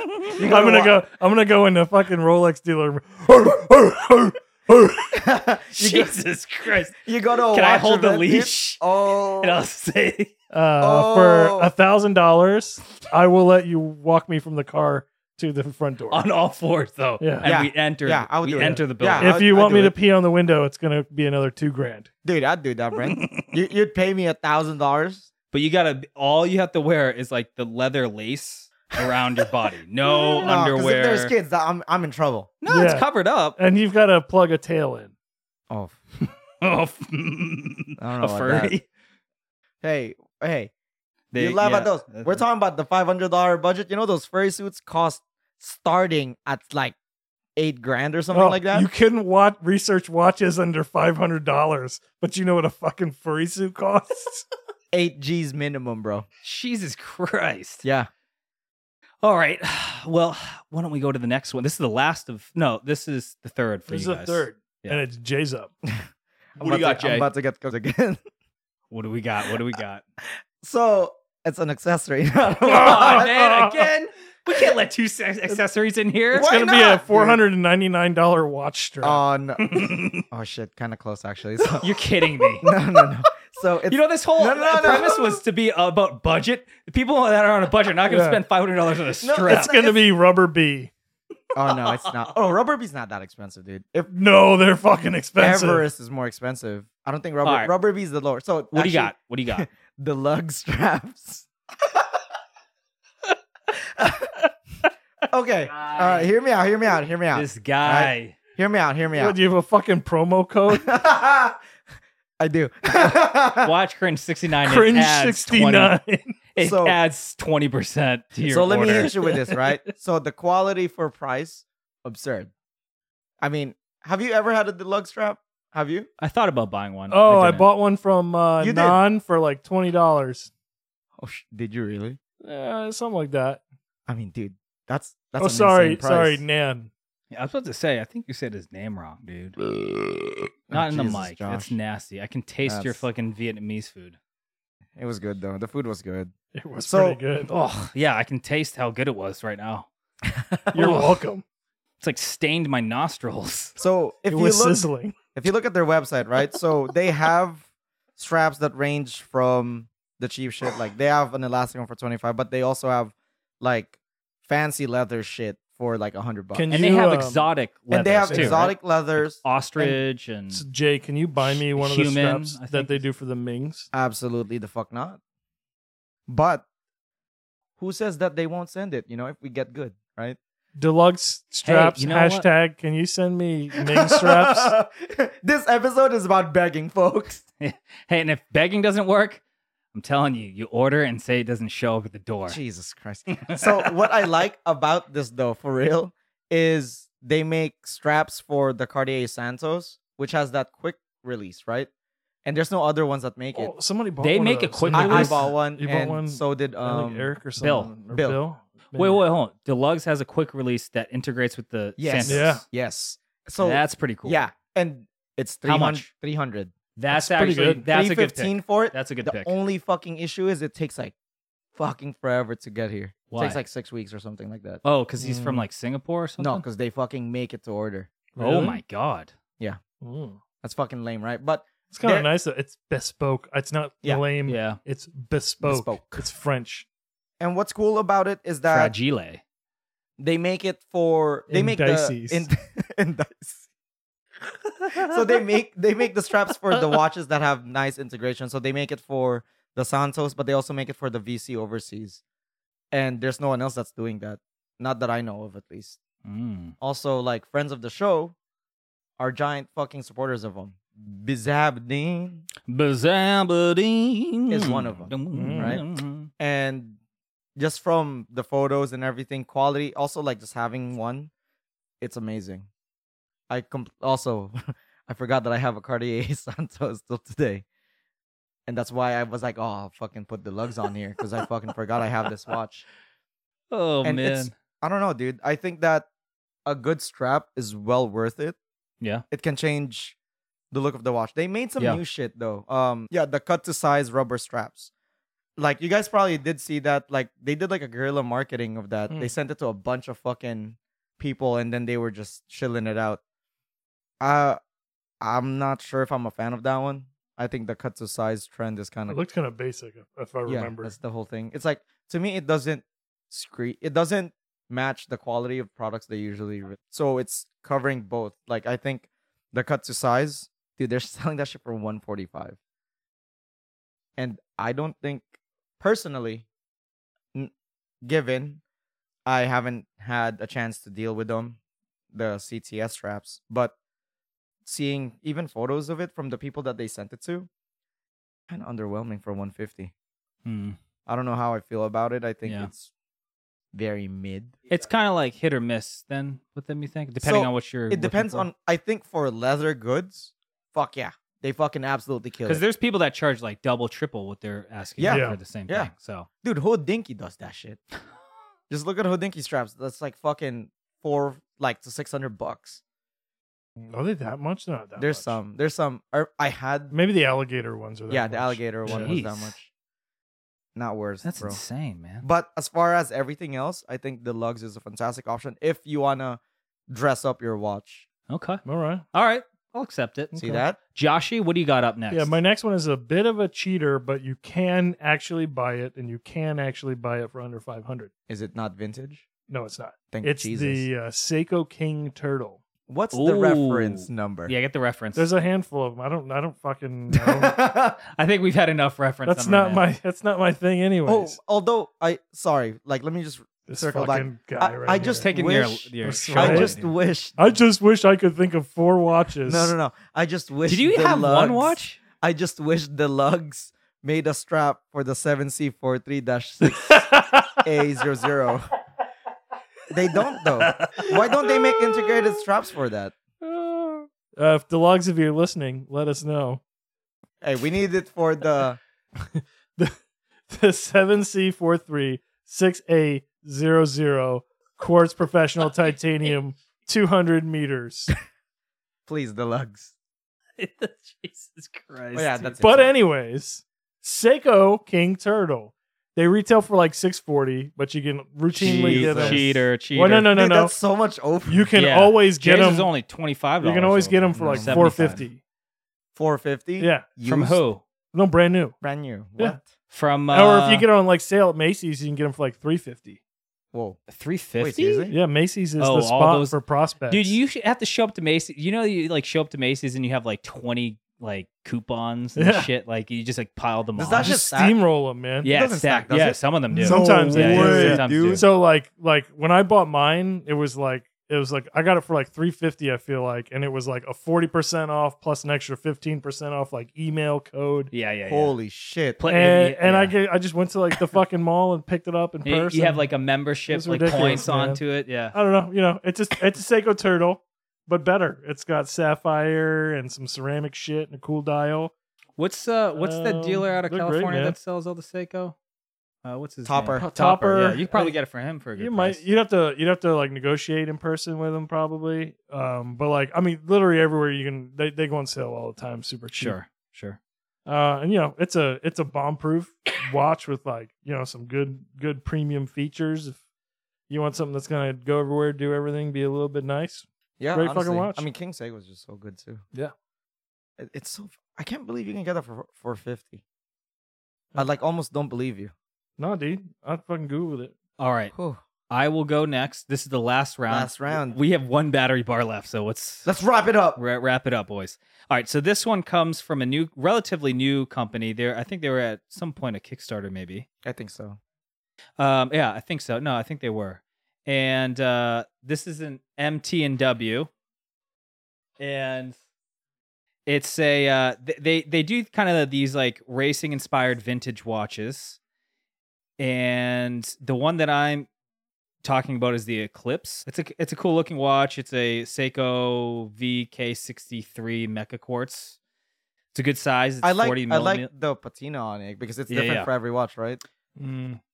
Speaker 3: gonna go. I'm gonna go in the fucking Rolex dealer.
Speaker 2: you, go,
Speaker 1: Jesus Christ.
Speaker 2: you go to a
Speaker 1: Can I
Speaker 2: watch
Speaker 1: hold the
Speaker 2: event, dude.
Speaker 1: leash?
Speaker 2: Oh,
Speaker 1: And I'll say,
Speaker 3: Uh,
Speaker 2: Oh.
Speaker 3: For a thousand dollars, I will let you walk me from the car to the front door.
Speaker 2: Oh,
Speaker 1: on all fours though.
Speaker 3: Yeah.
Speaker 1: And
Speaker 2: Yeah.
Speaker 1: we enter
Speaker 2: Yeah, I would
Speaker 1: we
Speaker 2: do it.
Speaker 1: enter the
Speaker 2: Yeah,
Speaker 1: building.
Speaker 3: if
Speaker 2: I'd-
Speaker 3: you
Speaker 2: I'd
Speaker 3: want
Speaker 2: do
Speaker 3: me to
Speaker 2: it.
Speaker 3: pee on the window, it's gonna be another two grand.
Speaker 2: dude, I'd do that, Brent. you, you'd pay me a thousand dollars.
Speaker 1: But you gotta all you have to wear is like the leather lace around your body. No,
Speaker 2: 'cause
Speaker 1: underwear.
Speaker 2: If there's kids, I'm I'm in trouble.
Speaker 1: No, it's
Speaker 3: Yeah.
Speaker 1: covered up.
Speaker 3: And you've got to plug a tail in.
Speaker 2: Oh,
Speaker 1: Oh,
Speaker 2: I don't know
Speaker 1: a
Speaker 2: about that.
Speaker 1: furry.
Speaker 2: hey, hey,
Speaker 1: They-
Speaker 2: you laugh
Speaker 1: yeah,
Speaker 2: at those.
Speaker 1: that's
Speaker 2: We're
Speaker 1: it.
Speaker 2: talking about the five hundred dollar budget. You know those fursuits cost starting at like eight grand or something
Speaker 3: Oh,
Speaker 2: like that.
Speaker 3: You couldn't watch research watches under five hundred dollars, but you know what a fucking furry suit costs?
Speaker 2: Eight G's minimum, bro.
Speaker 1: Jesus Christ.
Speaker 2: Yeah.
Speaker 1: All right. Well, why don't we go to the next one? This is the last of no, this is the third for
Speaker 3: There's
Speaker 1: you
Speaker 3: a
Speaker 1: guys.
Speaker 3: third,
Speaker 1: Yeah.
Speaker 3: and it's Jay's up.
Speaker 2: I'm
Speaker 1: What do you
Speaker 2: about
Speaker 1: got,
Speaker 2: to-
Speaker 1: Jay?
Speaker 2: I'm about to get cooked again.
Speaker 1: What do we got? What do we got?
Speaker 2: So it's an accessory.
Speaker 1: Come on, man, again. We can't let two se- accessories in here.
Speaker 3: It's
Speaker 2: Why
Speaker 3: gonna be a
Speaker 2: not, dude?
Speaker 3: four hundred and ninety nine dollar watch strap.
Speaker 2: On oh shit, kind of close actually. So,
Speaker 1: You're kidding me.
Speaker 2: no, no, no. So it's
Speaker 1: You know, this whole
Speaker 2: No, no, no,
Speaker 1: premise
Speaker 2: no.
Speaker 1: was to be about budget. The people that are on a budget are not going to
Speaker 3: Yeah.
Speaker 1: spend five hundred dollars on a strap.
Speaker 3: it's gonna be rubber B.
Speaker 2: oh no, it's not. Oh, rubber bee's not that expensive, dude. If
Speaker 3: No, they're fucking expensive.
Speaker 2: Everest is more expensive, I don't think rubber
Speaker 1: All right.
Speaker 2: rubber bee's the lower. So
Speaker 1: what do you
Speaker 2: actually,
Speaker 1: got? What do you got?
Speaker 2: The lug straps. okay. All right. Hear me out. Hear me out. Hear me out.
Speaker 1: This guy.
Speaker 2: Hear me out. Hear me
Speaker 3: What,
Speaker 2: out.
Speaker 3: do you have a fucking promo code?
Speaker 2: I do. so
Speaker 1: Watch cringe sixty nine.
Speaker 3: Cringe sixty nine.
Speaker 1: It
Speaker 2: So-
Speaker 1: adds twenty percent to your
Speaker 2: let me
Speaker 1: order.
Speaker 2: hit you with this, right? So the quality for price, absurd. I mean, have you ever had a lug strap? Have you?
Speaker 1: I thought about buying one.
Speaker 3: Oh, I,
Speaker 1: didn't.
Speaker 3: bought one from uh,
Speaker 2: You did.
Speaker 3: Non for like twenty dollars,
Speaker 2: Oh, sh- did you really?
Speaker 3: uh, something like that.
Speaker 2: I mean, dude, that's that's.
Speaker 3: oh,
Speaker 2: an
Speaker 3: sorry,
Speaker 2: insane price.
Speaker 3: sorry, Nan.
Speaker 1: I was about to say. I think you said his name wrong, dude. Not in the
Speaker 2: Jesus,
Speaker 1: mic. That's
Speaker 2: Josh.
Speaker 1: nasty. I can taste your
Speaker 2: That's-
Speaker 1: fucking Vietnamese food.
Speaker 2: It was good though. The food was good.
Speaker 3: It was
Speaker 2: So-
Speaker 3: pretty good.
Speaker 1: Oh yeah, I can taste how good it was right now.
Speaker 3: You're
Speaker 2: oh.
Speaker 1: Ugh.
Speaker 3: welcome.
Speaker 1: It's like stained my nostrils.
Speaker 2: So if
Speaker 3: it
Speaker 2: you
Speaker 3: was
Speaker 2: look,
Speaker 3: sizzling.
Speaker 2: if you look at their website, right? So they have straps that range from the cheap shit, like they have an elastic one for twenty five, but they also have like fancy leather shit for like a hundred bucks.
Speaker 3: Can
Speaker 1: And they have
Speaker 3: um,
Speaker 1: exotic leathers
Speaker 2: and they have
Speaker 1: too, right?
Speaker 2: exotic leathers.
Speaker 1: ostrich and
Speaker 3: So, Jay, can you buy me one of the
Speaker 1: Human, I
Speaker 3: straps
Speaker 1: think.
Speaker 3: that they do for the Mings?
Speaker 2: Absolutely the fuck not. But who says that they won't send it? You know, if we get good, right?
Speaker 3: Deluxe straps.
Speaker 1: you know what?
Speaker 3: hashtag. Can you send me Ming straps?
Speaker 2: this episode is about begging, folks.
Speaker 1: hey, and if begging doesn't work, I'm telling you, you order and say it doesn't show up at the door.
Speaker 2: Jesus Christ. so what I like about this though, for real, is they make straps for the Cartier Santos, which has that quick release, right? And there's no other ones that make it.
Speaker 3: Oh, somebody bought.
Speaker 1: They
Speaker 3: one
Speaker 1: make
Speaker 3: of
Speaker 1: a
Speaker 3: those.
Speaker 1: quick
Speaker 3: Didn't
Speaker 2: I,
Speaker 3: they?
Speaker 1: there
Speaker 2: I
Speaker 1: was-
Speaker 2: bought one,
Speaker 3: you bought
Speaker 2: and
Speaker 3: one-
Speaker 2: so did
Speaker 3: I think
Speaker 2: um,
Speaker 3: Eric or
Speaker 1: Bill.
Speaker 3: someone. or
Speaker 2: Bill.
Speaker 3: Bill.
Speaker 1: Wait, wait, hold on. Deluxe has a quick release that integrates with the
Speaker 2: Yes.
Speaker 1: Santos.
Speaker 3: Yeah.
Speaker 2: Yes. So
Speaker 1: that's pretty cool.
Speaker 2: yeah, and it's 300,
Speaker 1: How much?
Speaker 2: 300.
Speaker 1: that's,
Speaker 3: That's pretty
Speaker 1: actually
Speaker 3: good.
Speaker 1: that's a good
Speaker 2: 315
Speaker 1: pick.
Speaker 2: for it.
Speaker 1: That's a good
Speaker 2: the
Speaker 1: pick.
Speaker 2: only fucking issue is it takes like fucking forever to get here. It
Speaker 1: Why?
Speaker 2: takes like 6 weeks or something like that.
Speaker 1: oh, because he's from
Speaker 3: Mm.
Speaker 1: like Singapore or something.
Speaker 2: no, cuz they fucking make it to order.
Speaker 1: Oh
Speaker 3: Really?
Speaker 1: my god.
Speaker 3: Mm.
Speaker 2: That's fucking lame, right? But
Speaker 3: It's kind
Speaker 2: They're-
Speaker 3: of nice. That it's bespoke. It's not
Speaker 2: Yeah.
Speaker 3: lame.
Speaker 1: Yeah.
Speaker 3: It's bespoke.
Speaker 2: Bespoke.
Speaker 3: It's French.
Speaker 2: and what's cool about it is that
Speaker 1: Fragile.
Speaker 2: they make it for they make
Speaker 3: Indices.
Speaker 2: the in, indice. so they make they make the straps for the watches that have nice integration. So they make it for the Santos, but they also make it for the VC overseas. And there's no one else that's doing that. Not that I know of at least.
Speaker 1: Mm.
Speaker 2: Also, like friends of the show are giant fucking supporters of them. Bizabdin
Speaker 1: Bazabading.
Speaker 2: Is one of 'em, right? and just from the photos and everything, quality. Also, like just having one, it's amazing. I com- also I forgot that I have a Cartier Santos till today, and that's why I was like, oh, I'll fucking put the lugs on here because I fucking forgot I have this watch.
Speaker 1: Oh
Speaker 2: And
Speaker 1: man.
Speaker 2: it's- I don't know, dude. I think that a good strap is well worth it.
Speaker 1: Yeah.
Speaker 2: It can change the look of the watch. They made some
Speaker 1: Yeah.
Speaker 2: new shit though. Um yeah, the cut to size rubber straps. Like you guys probably did see that like they did like a guerrilla marketing of that. They
Speaker 1: Hmm.
Speaker 3: Mm.
Speaker 2: sent it to a bunch of fucking people and then they were just chilling it out. Uh I'm not sure if I'm a fan of that one. I think the cut to size trend is kind
Speaker 3: It
Speaker 2: of
Speaker 3: looked kind of basic, if I remember.
Speaker 2: yeah, that's the whole thing. It's like to me, it doesn't scree it doesn't match the quality of products they usually. Re- so it's covering both. Like I think the cut to size, dude, they're selling that shit for one forty five, and I don't think personally, n- given I haven't had a chance to deal with them, the CTS straps, but seeing even photos of it from the people that they sent it to, kind of underwhelming for one fifty.
Speaker 1: Mm.
Speaker 2: I don't know how I feel about it. I think
Speaker 1: Yeah.
Speaker 2: it's very mid.
Speaker 1: It's kind of like hit or miss then with them. You think depending
Speaker 2: So,
Speaker 1: on what you're.
Speaker 2: It depends on. I think for leather goods, fuck yeah, they fucking absolutely kill
Speaker 1: because
Speaker 2: it.
Speaker 1: there's people that charge like double, triple what they're asking
Speaker 2: Yeah.
Speaker 3: Yeah.
Speaker 1: for the same
Speaker 2: Yeah.
Speaker 1: thing. So
Speaker 2: Dude, Hodinky does that shit. Just look at Hodinky straps. That's like fucking four, like to six hundred bucks.
Speaker 3: Are they that much? They're Not that
Speaker 2: There's
Speaker 3: much.
Speaker 2: some. There's some. er, I had.
Speaker 3: Maybe the alligator ones are. That
Speaker 2: yeah,
Speaker 3: much.
Speaker 2: the alligator one was that
Speaker 1: Jeez.
Speaker 2: much. not worse,
Speaker 1: That's
Speaker 2: bro.
Speaker 1: insane, man.
Speaker 2: But as far as everything else, I think the lugs is a fantastic option if you wanna dress up your watch.
Speaker 1: Okay.
Speaker 3: All right.
Speaker 1: All right. I'll accept it.
Speaker 2: See that?
Speaker 1: Joshy, what do you got up next?
Speaker 3: Yeah, my next one is a bit of a cheater, but you can actually buy it, and you can actually buy it for under five hundred.
Speaker 2: Is it not vintage?
Speaker 3: No, it's not.
Speaker 2: Thank
Speaker 3: It's
Speaker 2: Jesus.
Speaker 3: the uh, Seiko King Turtle.
Speaker 2: What's the reference
Speaker 1: Ooh.
Speaker 2: number?
Speaker 1: Yeah, get the reference.
Speaker 3: There's a handful of them. I don't. I don't fucking. Know.
Speaker 1: I think we've had enough reference.
Speaker 3: that's
Speaker 1: on our
Speaker 3: not
Speaker 1: man.
Speaker 3: my. That's not my thing, anyways.
Speaker 2: Oh, although I sorry, like let me just
Speaker 3: this
Speaker 2: circle
Speaker 3: fucking
Speaker 2: back.
Speaker 3: guy
Speaker 2: I-
Speaker 3: right
Speaker 2: I just
Speaker 3: here.
Speaker 1: taking
Speaker 2: Wish-
Speaker 1: your, your
Speaker 3: I
Speaker 1: show
Speaker 2: I
Speaker 3: Right.
Speaker 2: just
Speaker 1: idea.
Speaker 2: wish
Speaker 3: I just wish I could think of four watches.
Speaker 2: No, no, no. I just wish
Speaker 1: Did you
Speaker 2: the
Speaker 1: have one
Speaker 2: lugs-
Speaker 1: watch?
Speaker 2: I just wish the lugs made a strap for the 7C43-6A00. they don't though. Why don't they make integrated straps for that?
Speaker 3: Uh, if the logs of you are listening, let us know.
Speaker 2: Hey, we need it for the
Speaker 3: The 7C436A00 quartz professional titanium 200 meters.
Speaker 2: please the lugs.
Speaker 1: Jesus Christ.
Speaker 2: Oh, yeah,
Speaker 1: dude.
Speaker 2: that's it.
Speaker 3: But
Speaker 2: Sorry.
Speaker 3: anyways, Seiko King Turtle. They retail for like 640, but you can routinely
Speaker 1: cheater,
Speaker 3: get them.
Speaker 1: cheater, cheater.
Speaker 3: Well, no, no, no,
Speaker 2: Dude,
Speaker 3: no.
Speaker 2: That's so much over.
Speaker 3: You can
Speaker 1: Yeah.
Speaker 3: always get
Speaker 1: Jay's is
Speaker 3: them.
Speaker 1: only twenty five.
Speaker 3: You can always get them for
Speaker 2: No.
Speaker 3: like
Speaker 2: 75.
Speaker 3: 450.
Speaker 2: 450?
Speaker 3: Yeah,
Speaker 1: from
Speaker 2: Used?
Speaker 1: who?
Speaker 3: no, brand new.
Speaker 2: Brand new. What?
Speaker 3: Yeah.
Speaker 1: From
Speaker 3: Oh, or
Speaker 1: uh,
Speaker 3: if you get it on like sale at Macy's, you can get them for like 350.
Speaker 2: Whoa.
Speaker 1: three
Speaker 2: Wait, seriously?
Speaker 1: fifty.
Speaker 3: Yeah, Macy's is
Speaker 1: Oh, all
Speaker 3: the spot
Speaker 1: those-
Speaker 3: for prospects.
Speaker 1: Dude, you should have to show up to Macy's. You know, you like show up to Macy's and you have like twenty like coupons and
Speaker 3: Yeah.
Speaker 1: shit. Like you just like pile them
Speaker 2: Does
Speaker 1: on.
Speaker 2: that
Speaker 3: just
Speaker 2: Just stack?
Speaker 3: steamroll them, man.
Speaker 1: yeah,
Speaker 2: doesn't
Speaker 1: stack.
Speaker 2: stack, does
Speaker 1: yeah,
Speaker 2: it?
Speaker 1: some of them do.
Speaker 3: Sometimes
Speaker 1: yeah,
Speaker 3: it
Speaker 1: yeah,
Speaker 3: does.
Speaker 1: sometimes do.
Speaker 3: So like like when I bought mine, it was like it was like I got it for like 350, I feel like, and it was like a 40% off plus an extra 15% off like email code.
Speaker 1: yeah, yeah, yeah.
Speaker 2: Holy shit.
Speaker 1: Pla-
Speaker 3: and and I
Speaker 1: yeah.
Speaker 3: get I just went to like the fucking mall and picked it up in
Speaker 1: You-
Speaker 3: person.
Speaker 1: You have like a
Speaker 3: It
Speaker 1: membership,
Speaker 3: was
Speaker 1: like
Speaker 3: ridiculous,
Speaker 1: points
Speaker 3: man.
Speaker 1: onto it. Yeah.
Speaker 3: I don't know, you know, it's just it's a Seiko turtle, but better. It's got sapphire and some ceramic shit and a cool dial.
Speaker 1: What's uh What's that
Speaker 3: Um,
Speaker 1: dealer out of
Speaker 3: they're great,
Speaker 1: California
Speaker 3: man.
Speaker 1: that sells all the Seiko? Uh, what's his
Speaker 2: Topper.
Speaker 1: Name?
Speaker 3: Oh,
Speaker 1: Topper.
Speaker 3: Topper.
Speaker 1: Yeah, you could probably
Speaker 3: I-
Speaker 1: get it for him for a good
Speaker 3: you
Speaker 1: price.
Speaker 3: might you'd have to you'd have to like negotiate in person with them probably um but like i mean literally everywhere you can they, they go on sale all the time super cheap
Speaker 1: Sure, sure.
Speaker 3: uh and you know it's a it's a bomb proof watch with like you know some good good premium features if you want something that's gonna go everywhere do everything be a little bit nice
Speaker 2: yeah,
Speaker 3: great fucking
Speaker 2: honestly.
Speaker 3: watch.
Speaker 2: I mean, King Sega was just so good too.
Speaker 3: Yeah.
Speaker 2: It- it's so. I can't believe you can get that for 450. I like almost don't believe you.
Speaker 3: no dude i fucking googled it
Speaker 1: All right,
Speaker 2: Whew.
Speaker 1: I will go next. This is the last round.
Speaker 2: Last round.
Speaker 1: We have one battery bar left, so let's
Speaker 2: Let's wrap it up.
Speaker 1: Ra- wrap it up, boys. All right, so this one comes from a new, relatively new company. There, I think they were at some point a Kickstarter, maybe.
Speaker 2: I think so.
Speaker 1: Um, yeah, I think so. No, I think they were. And uh, this is an MT and W, and it's a uh, th- they they do kind of these like racing inspired vintage watches, and the one that I'm talking about is the Eclipse. It's a it's a cool looking watch. It's a Seiko VK63 Mecha Quartz. It's a good size. It's
Speaker 2: I like.
Speaker 1: 40
Speaker 2: I
Speaker 1: millimeter.
Speaker 2: like the patina on it because it's
Speaker 1: Yeah,
Speaker 2: different
Speaker 1: yeah.
Speaker 2: for every watch, right?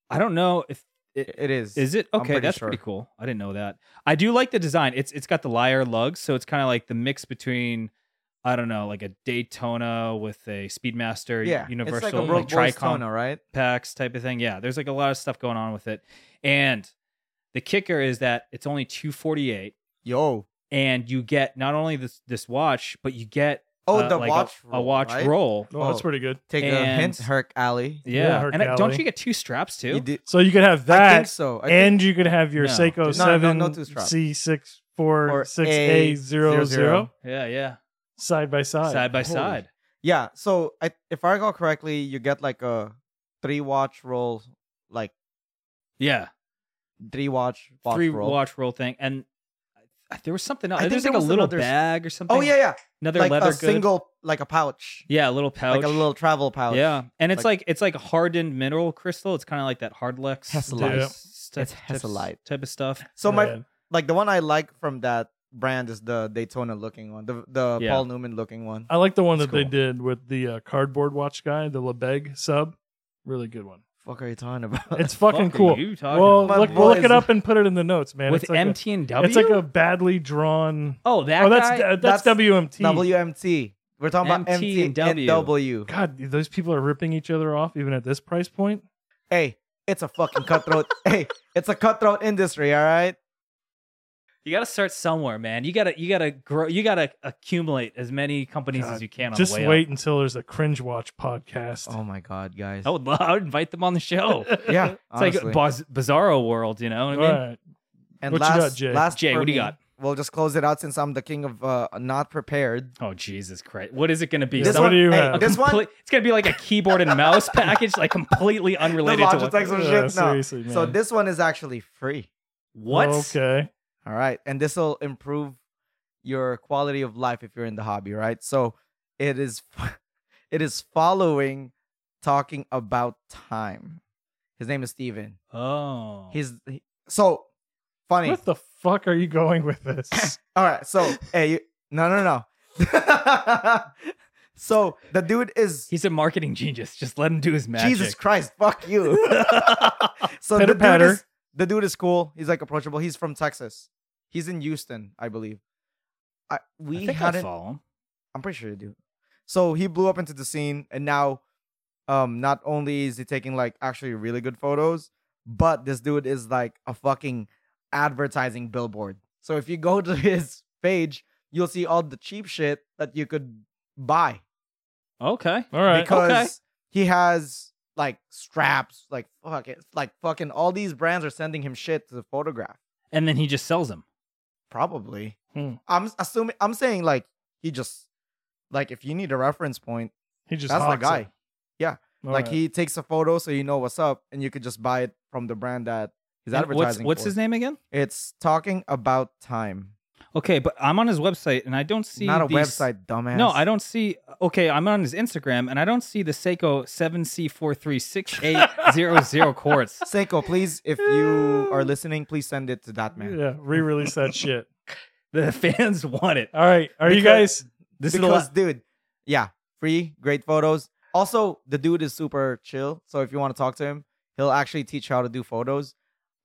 Speaker 1: I don't know if
Speaker 2: It is.
Speaker 1: Is it
Speaker 2: I'm
Speaker 1: okay?
Speaker 2: pretty
Speaker 1: that's
Speaker 2: sure.
Speaker 1: pretty cool. I didn't know that. I do like the design. It's it's got the lyre lugs, so it's kind of like the mix between I don't know, like a Daytona with a Speedmaster,
Speaker 2: Yeah.
Speaker 1: u- Universal,
Speaker 2: It's like a
Speaker 1: like,
Speaker 2: Broke Boys
Speaker 1: Tricom
Speaker 2: Tona, right?
Speaker 1: packs type of thing. Yeah, there's like a lot of stuff going on with it. And the kicker is that it's only 248
Speaker 2: Yo.
Speaker 1: and you get not only this this watch, but you get
Speaker 2: Oh,
Speaker 1: uh,
Speaker 2: the
Speaker 1: like a-
Speaker 2: watch.
Speaker 1: a, watch
Speaker 2: right?
Speaker 1: roll.
Speaker 3: oh, that's
Speaker 2: Oh.
Speaker 3: pretty good
Speaker 2: Take a
Speaker 1: And-
Speaker 2: hint, Herc Alley.
Speaker 1: Yeah.
Speaker 3: her
Speaker 1: and uh, don't
Speaker 3: galley.
Speaker 1: you get two straps too?
Speaker 2: You did-
Speaker 3: so you could have
Speaker 2: I think
Speaker 3: that
Speaker 2: so. I
Speaker 3: and
Speaker 2: think,
Speaker 3: you could have your
Speaker 1: No.
Speaker 3: seiko
Speaker 1: No, no,
Speaker 3: seven
Speaker 2: no two strap.
Speaker 3: c6466a00
Speaker 1: yeah, yeah.
Speaker 3: side by side
Speaker 1: Side by
Speaker 2: Holy
Speaker 1: side.
Speaker 2: yeah. So I, if I recall correctly, you get like a three watch roll, like
Speaker 1: Yeah.
Speaker 2: three watch watch
Speaker 1: three
Speaker 2: roll.
Speaker 1: watch roll thing, and I- there was something else.
Speaker 2: I think
Speaker 1: There's
Speaker 2: there
Speaker 1: like a
Speaker 2: was
Speaker 1: little
Speaker 2: another s-
Speaker 1: bag or something.
Speaker 2: Oh yeah, yeah.
Speaker 1: another
Speaker 2: like
Speaker 1: leather
Speaker 2: a
Speaker 1: good.
Speaker 2: single, like a pouch,
Speaker 1: Yeah, a little pouch.
Speaker 2: like a little travel pouch.
Speaker 1: Yeah, and it's
Speaker 2: Like-
Speaker 1: like, it's like a hardened mineral crystal. It's kind of like that hardlex
Speaker 2: Hesselite.
Speaker 1: type s-
Speaker 2: Yeah. It's
Speaker 1: type- type s-
Speaker 2: Hesselite.
Speaker 1: type of stuff.
Speaker 2: So my
Speaker 3: Oh, Yeah.
Speaker 2: like the one I like from that brand is the Daytona looking one, the the
Speaker 1: Yeah. Uh,
Speaker 2: Paul Newman looking one.
Speaker 3: I like the one
Speaker 1: It's
Speaker 3: that they
Speaker 1: cool.
Speaker 3: did with the uh, cardboard watch guy, the Lebeg sub. Really good one.
Speaker 2: fuck are you talking about?
Speaker 3: It's fucking
Speaker 1: Fuck are
Speaker 3: cool.
Speaker 1: you talking
Speaker 3: Well,
Speaker 1: about?
Speaker 2: My
Speaker 3: look, we'll look
Speaker 2: boys.
Speaker 3: it up and put it in the notes, man.
Speaker 1: with
Speaker 3: it's like
Speaker 1: MT and
Speaker 3: A,
Speaker 1: W.
Speaker 3: it's like a badly drawn.
Speaker 1: oh that
Speaker 3: oh, that's
Speaker 1: guy.
Speaker 3: uh,
Speaker 2: that's
Speaker 3: that's, WMT.
Speaker 2: WMT. We're talking about
Speaker 1: MT
Speaker 2: MT
Speaker 1: and
Speaker 2: and
Speaker 1: W.
Speaker 2: W.
Speaker 3: God, those people are ripping each other off even at this price point.
Speaker 2: Hey, it's a fucking cutthroat. hey, it's a cutthroat industry, all right?
Speaker 1: You got to start somewhere, man. You got to you got to grow. You got to accumulate as many companies
Speaker 3: God,
Speaker 1: as you can. On
Speaker 3: Just
Speaker 1: the way
Speaker 3: wait
Speaker 1: Up.
Speaker 3: until there's a cringe watch podcast.
Speaker 2: Oh my god, guys.
Speaker 1: I would love, I would invite them on the show. it's
Speaker 2: yeah. honestly.
Speaker 1: like Baz- Bizarro World. You know what I mean?
Speaker 3: Alright.
Speaker 2: and
Speaker 3: What you
Speaker 2: last,
Speaker 3: got, Jay?
Speaker 2: last
Speaker 1: Jay,
Speaker 2: for
Speaker 1: what do you
Speaker 2: me,
Speaker 1: got?
Speaker 2: We'll just close it out since I'm the king of uh, not prepared.
Speaker 1: Oh Jesus Christ! What is it going to be?
Speaker 3: This
Speaker 1: Some-
Speaker 3: one- do you
Speaker 2: hey,
Speaker 3: have?
Speaker 1: a
Speaker 2: This one,
Speaker 1: complete- it's going to be like a keyboard and mouse package, like completely
Speaker 2: the
Speaker 1: unrelated to what.
Speaker 2: Logitech some
Speaker 3: Yeah,
Speaker 2: shit. No.
Speaker 3: seriously, man.
Speaker 2: So this one is actually free.
Speaker 1: what?
Speaker 3: Okay.
Speaker 2: All right. And this will improve your quality of life if you're in the hobby, right? So it is it is following talking about time. His name is Steven.
Speaker 1: Oh,
Speaker 2: He's he- so funny.
Speaker 3: What the fuck are you going with this?
Speaker 2: All right. So hey, you, no no no. so the dude is
Speaker 1: he's a marketing genius. Just let him do his magic.
Speaker 2: Jesus Christ, fuck you. so the
Speaker 3: Pitter
Speaker 2: dude,
Speaker 3: patter.
Speaker 2: is, the dude is cool. He's like approachable. He's from Texas. He's in Houston, I believe. I, we
Speaker 1: I think I
Speaker 2: hadn't.
Speaker 1: follow him.
Speaker 2: I'm pretty sure you do. So he blew up into the scene, and now, um, not only is he taking like actually really good photos, but this dude is like a fucking advertising billboard. So if you go to his page, you'll see all the cheap shit that you could buy
Speaker 1: Okay.
Speaker 3: All right.
Speaker 2: because
Speaker 1: okay.
Speaker 2: he has like straps, like fuck it, like fucking all these brands are sending him shit to photograph.
Speaker 1: And then he just sells them.
Speaker 2: Probably.
Speaker 3: Hmm.
Speaker 2: I'm assuming. I'm saying like he just like if you need a reference point,
Speaker 3: he just
Speaker 2: that's the
Speaker 3: hawks
Speaker 2: guy.
Speaker 3: it. All
Speaker 2: like
Speaker 3: right.
Speaker 2: he takes a photo so you know what's up, and you could just buy it from the brand that he's
Speaker 1: And What's,
Speaker 2: advertising.
Speaker 1: what's his name again?
Speaker 2: name? It's talking about time.
Speaker 1: Okay, but I'm on his website and I don't see
Speaker 2: Not a
Speaker 1: these-
Speaker 2: website, dumbass.
Speaker 1: No, I don't see. Okay, I'm on his Instagram and I don't see the Seiko 7C436800 quartz.
Speaker 2: Seiko, please, if you are listening, please send it to that man.
Speaker 3: Yeah, re-release that shit.
Speaker 1: The fans want it.
Speaker 3: All right, are you
Speaker 2: Because-
Speaker 3: guys?
Speaker 1: This is the
Speaker 2: because
Speaker 1: last.
Speaker 2: dude yeah free great photos also the dude is super chill so if you want to talk to him he'll actually teach you how to do photos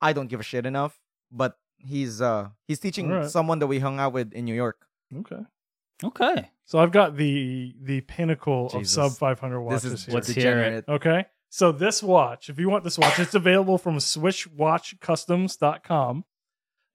Speaker 2: i don't give a shit enough but he's uh he's teaching
Speaker 3: Alright.
Speaker 2: someone that we hung out with in new york
Speaker 3: Okay.
Speaker 1: Okay.
Speaker 3: So I've got the the pinnacle
Speaker 2: Jesus.
Speaker 3: of sub 500 watches
Speaker 2: this is
Speaker 3: here.
Speaker 1: Let's hear it.
Speaker 2: degenerate
Speaker 3: Okay. So this watch, if you want this watch, it's available from swishwatchcustoms.com.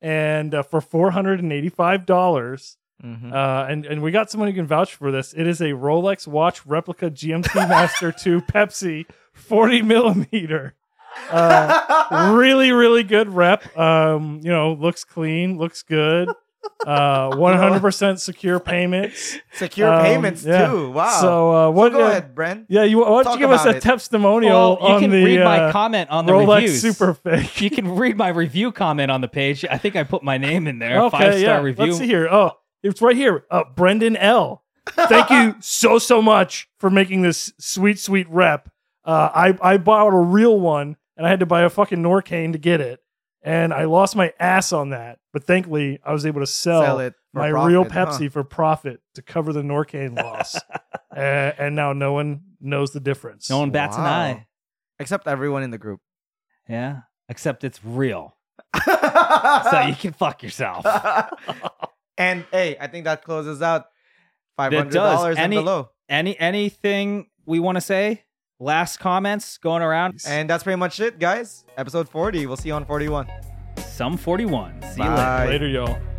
Speaker 3: And uh, for $485,
Speaker 2: Mhm.
Speaker 3: uh, and, and we got someone who can vouch for this. It is a Rolex watch replica GMC Master 2 Pepsi 40 millimeter. Uh, really, really good rep. Um, you know, looks clean, looks good. Uh, 100% secure payments.
Speaker 2: secure
Speaker 3: um,
Speaker 2: payments
Speaker 3: yeah.
Speaker 2: too wow
Speaker 3: So, uh, what?
Speaker 2: go
Speaker 3: uh,
Speaker 2: ahead Bren.
Speaker 3: Yeah, you why don't
Speaker 2: Talk
Speaker 3: you give us
Speaker 2: about
Speaker 3: a
Speaker 2: it.
Speaker 3: testimonial
Speaker 1: well, you
Speaker 3: on
Speaker 1: can
Speaker 3: the
Speaker 1: read my
Speaker 3: uh,
Speaker 1: comment on the
Speaker 3: Rolex
Speaker 1: reviews.
Speaker 3: Super Fake?
Speaker 1: You can read my review comment on the page. I think I put my name in there.
Speaker 3: okay,
Speaker 1: Five star
Speaker 3: yeah.
Speaker 1: review.
Speaker 3: Let's see here. Oh, it's right here. Uh, Brendan L. Thank you so so much for making this sweet sweet rep. Uh, I I bought a real one and I had to buy a fucking Norcane to get it, and I lost my ass on that. But thankfully, I was able to sell,
Speaker 2: sell it for
Speaker 3: my
Speaker 2: profit,
Speaker 3: real
Speaker 2: huh?
Speaker 3: Pepsi for profit to cover the Norcane loss, uh, and now no one knows the difference.
Speaker 1: No one bats an
Speaker 2: Wow.
Speaker 1: eye.
Speaker 2: except everyone in the group
Speaker 1: Yeah. Except it's real. So you can fuck yourself.
Speaker 2: and hey i think that closes out
Speaker 1: does.
Speaker 2: $500 and
Speaker 1: Any-
Speaker 2: below
Speaker 1: Any anything we want to say? Last comments going around.
Speaker 2: and that's pretty much it guys episode 40 we'll see you on 41
Speaker 1: Some 41. See you later.
Speaker 2: Bye.
Speaker 3: later, y'all.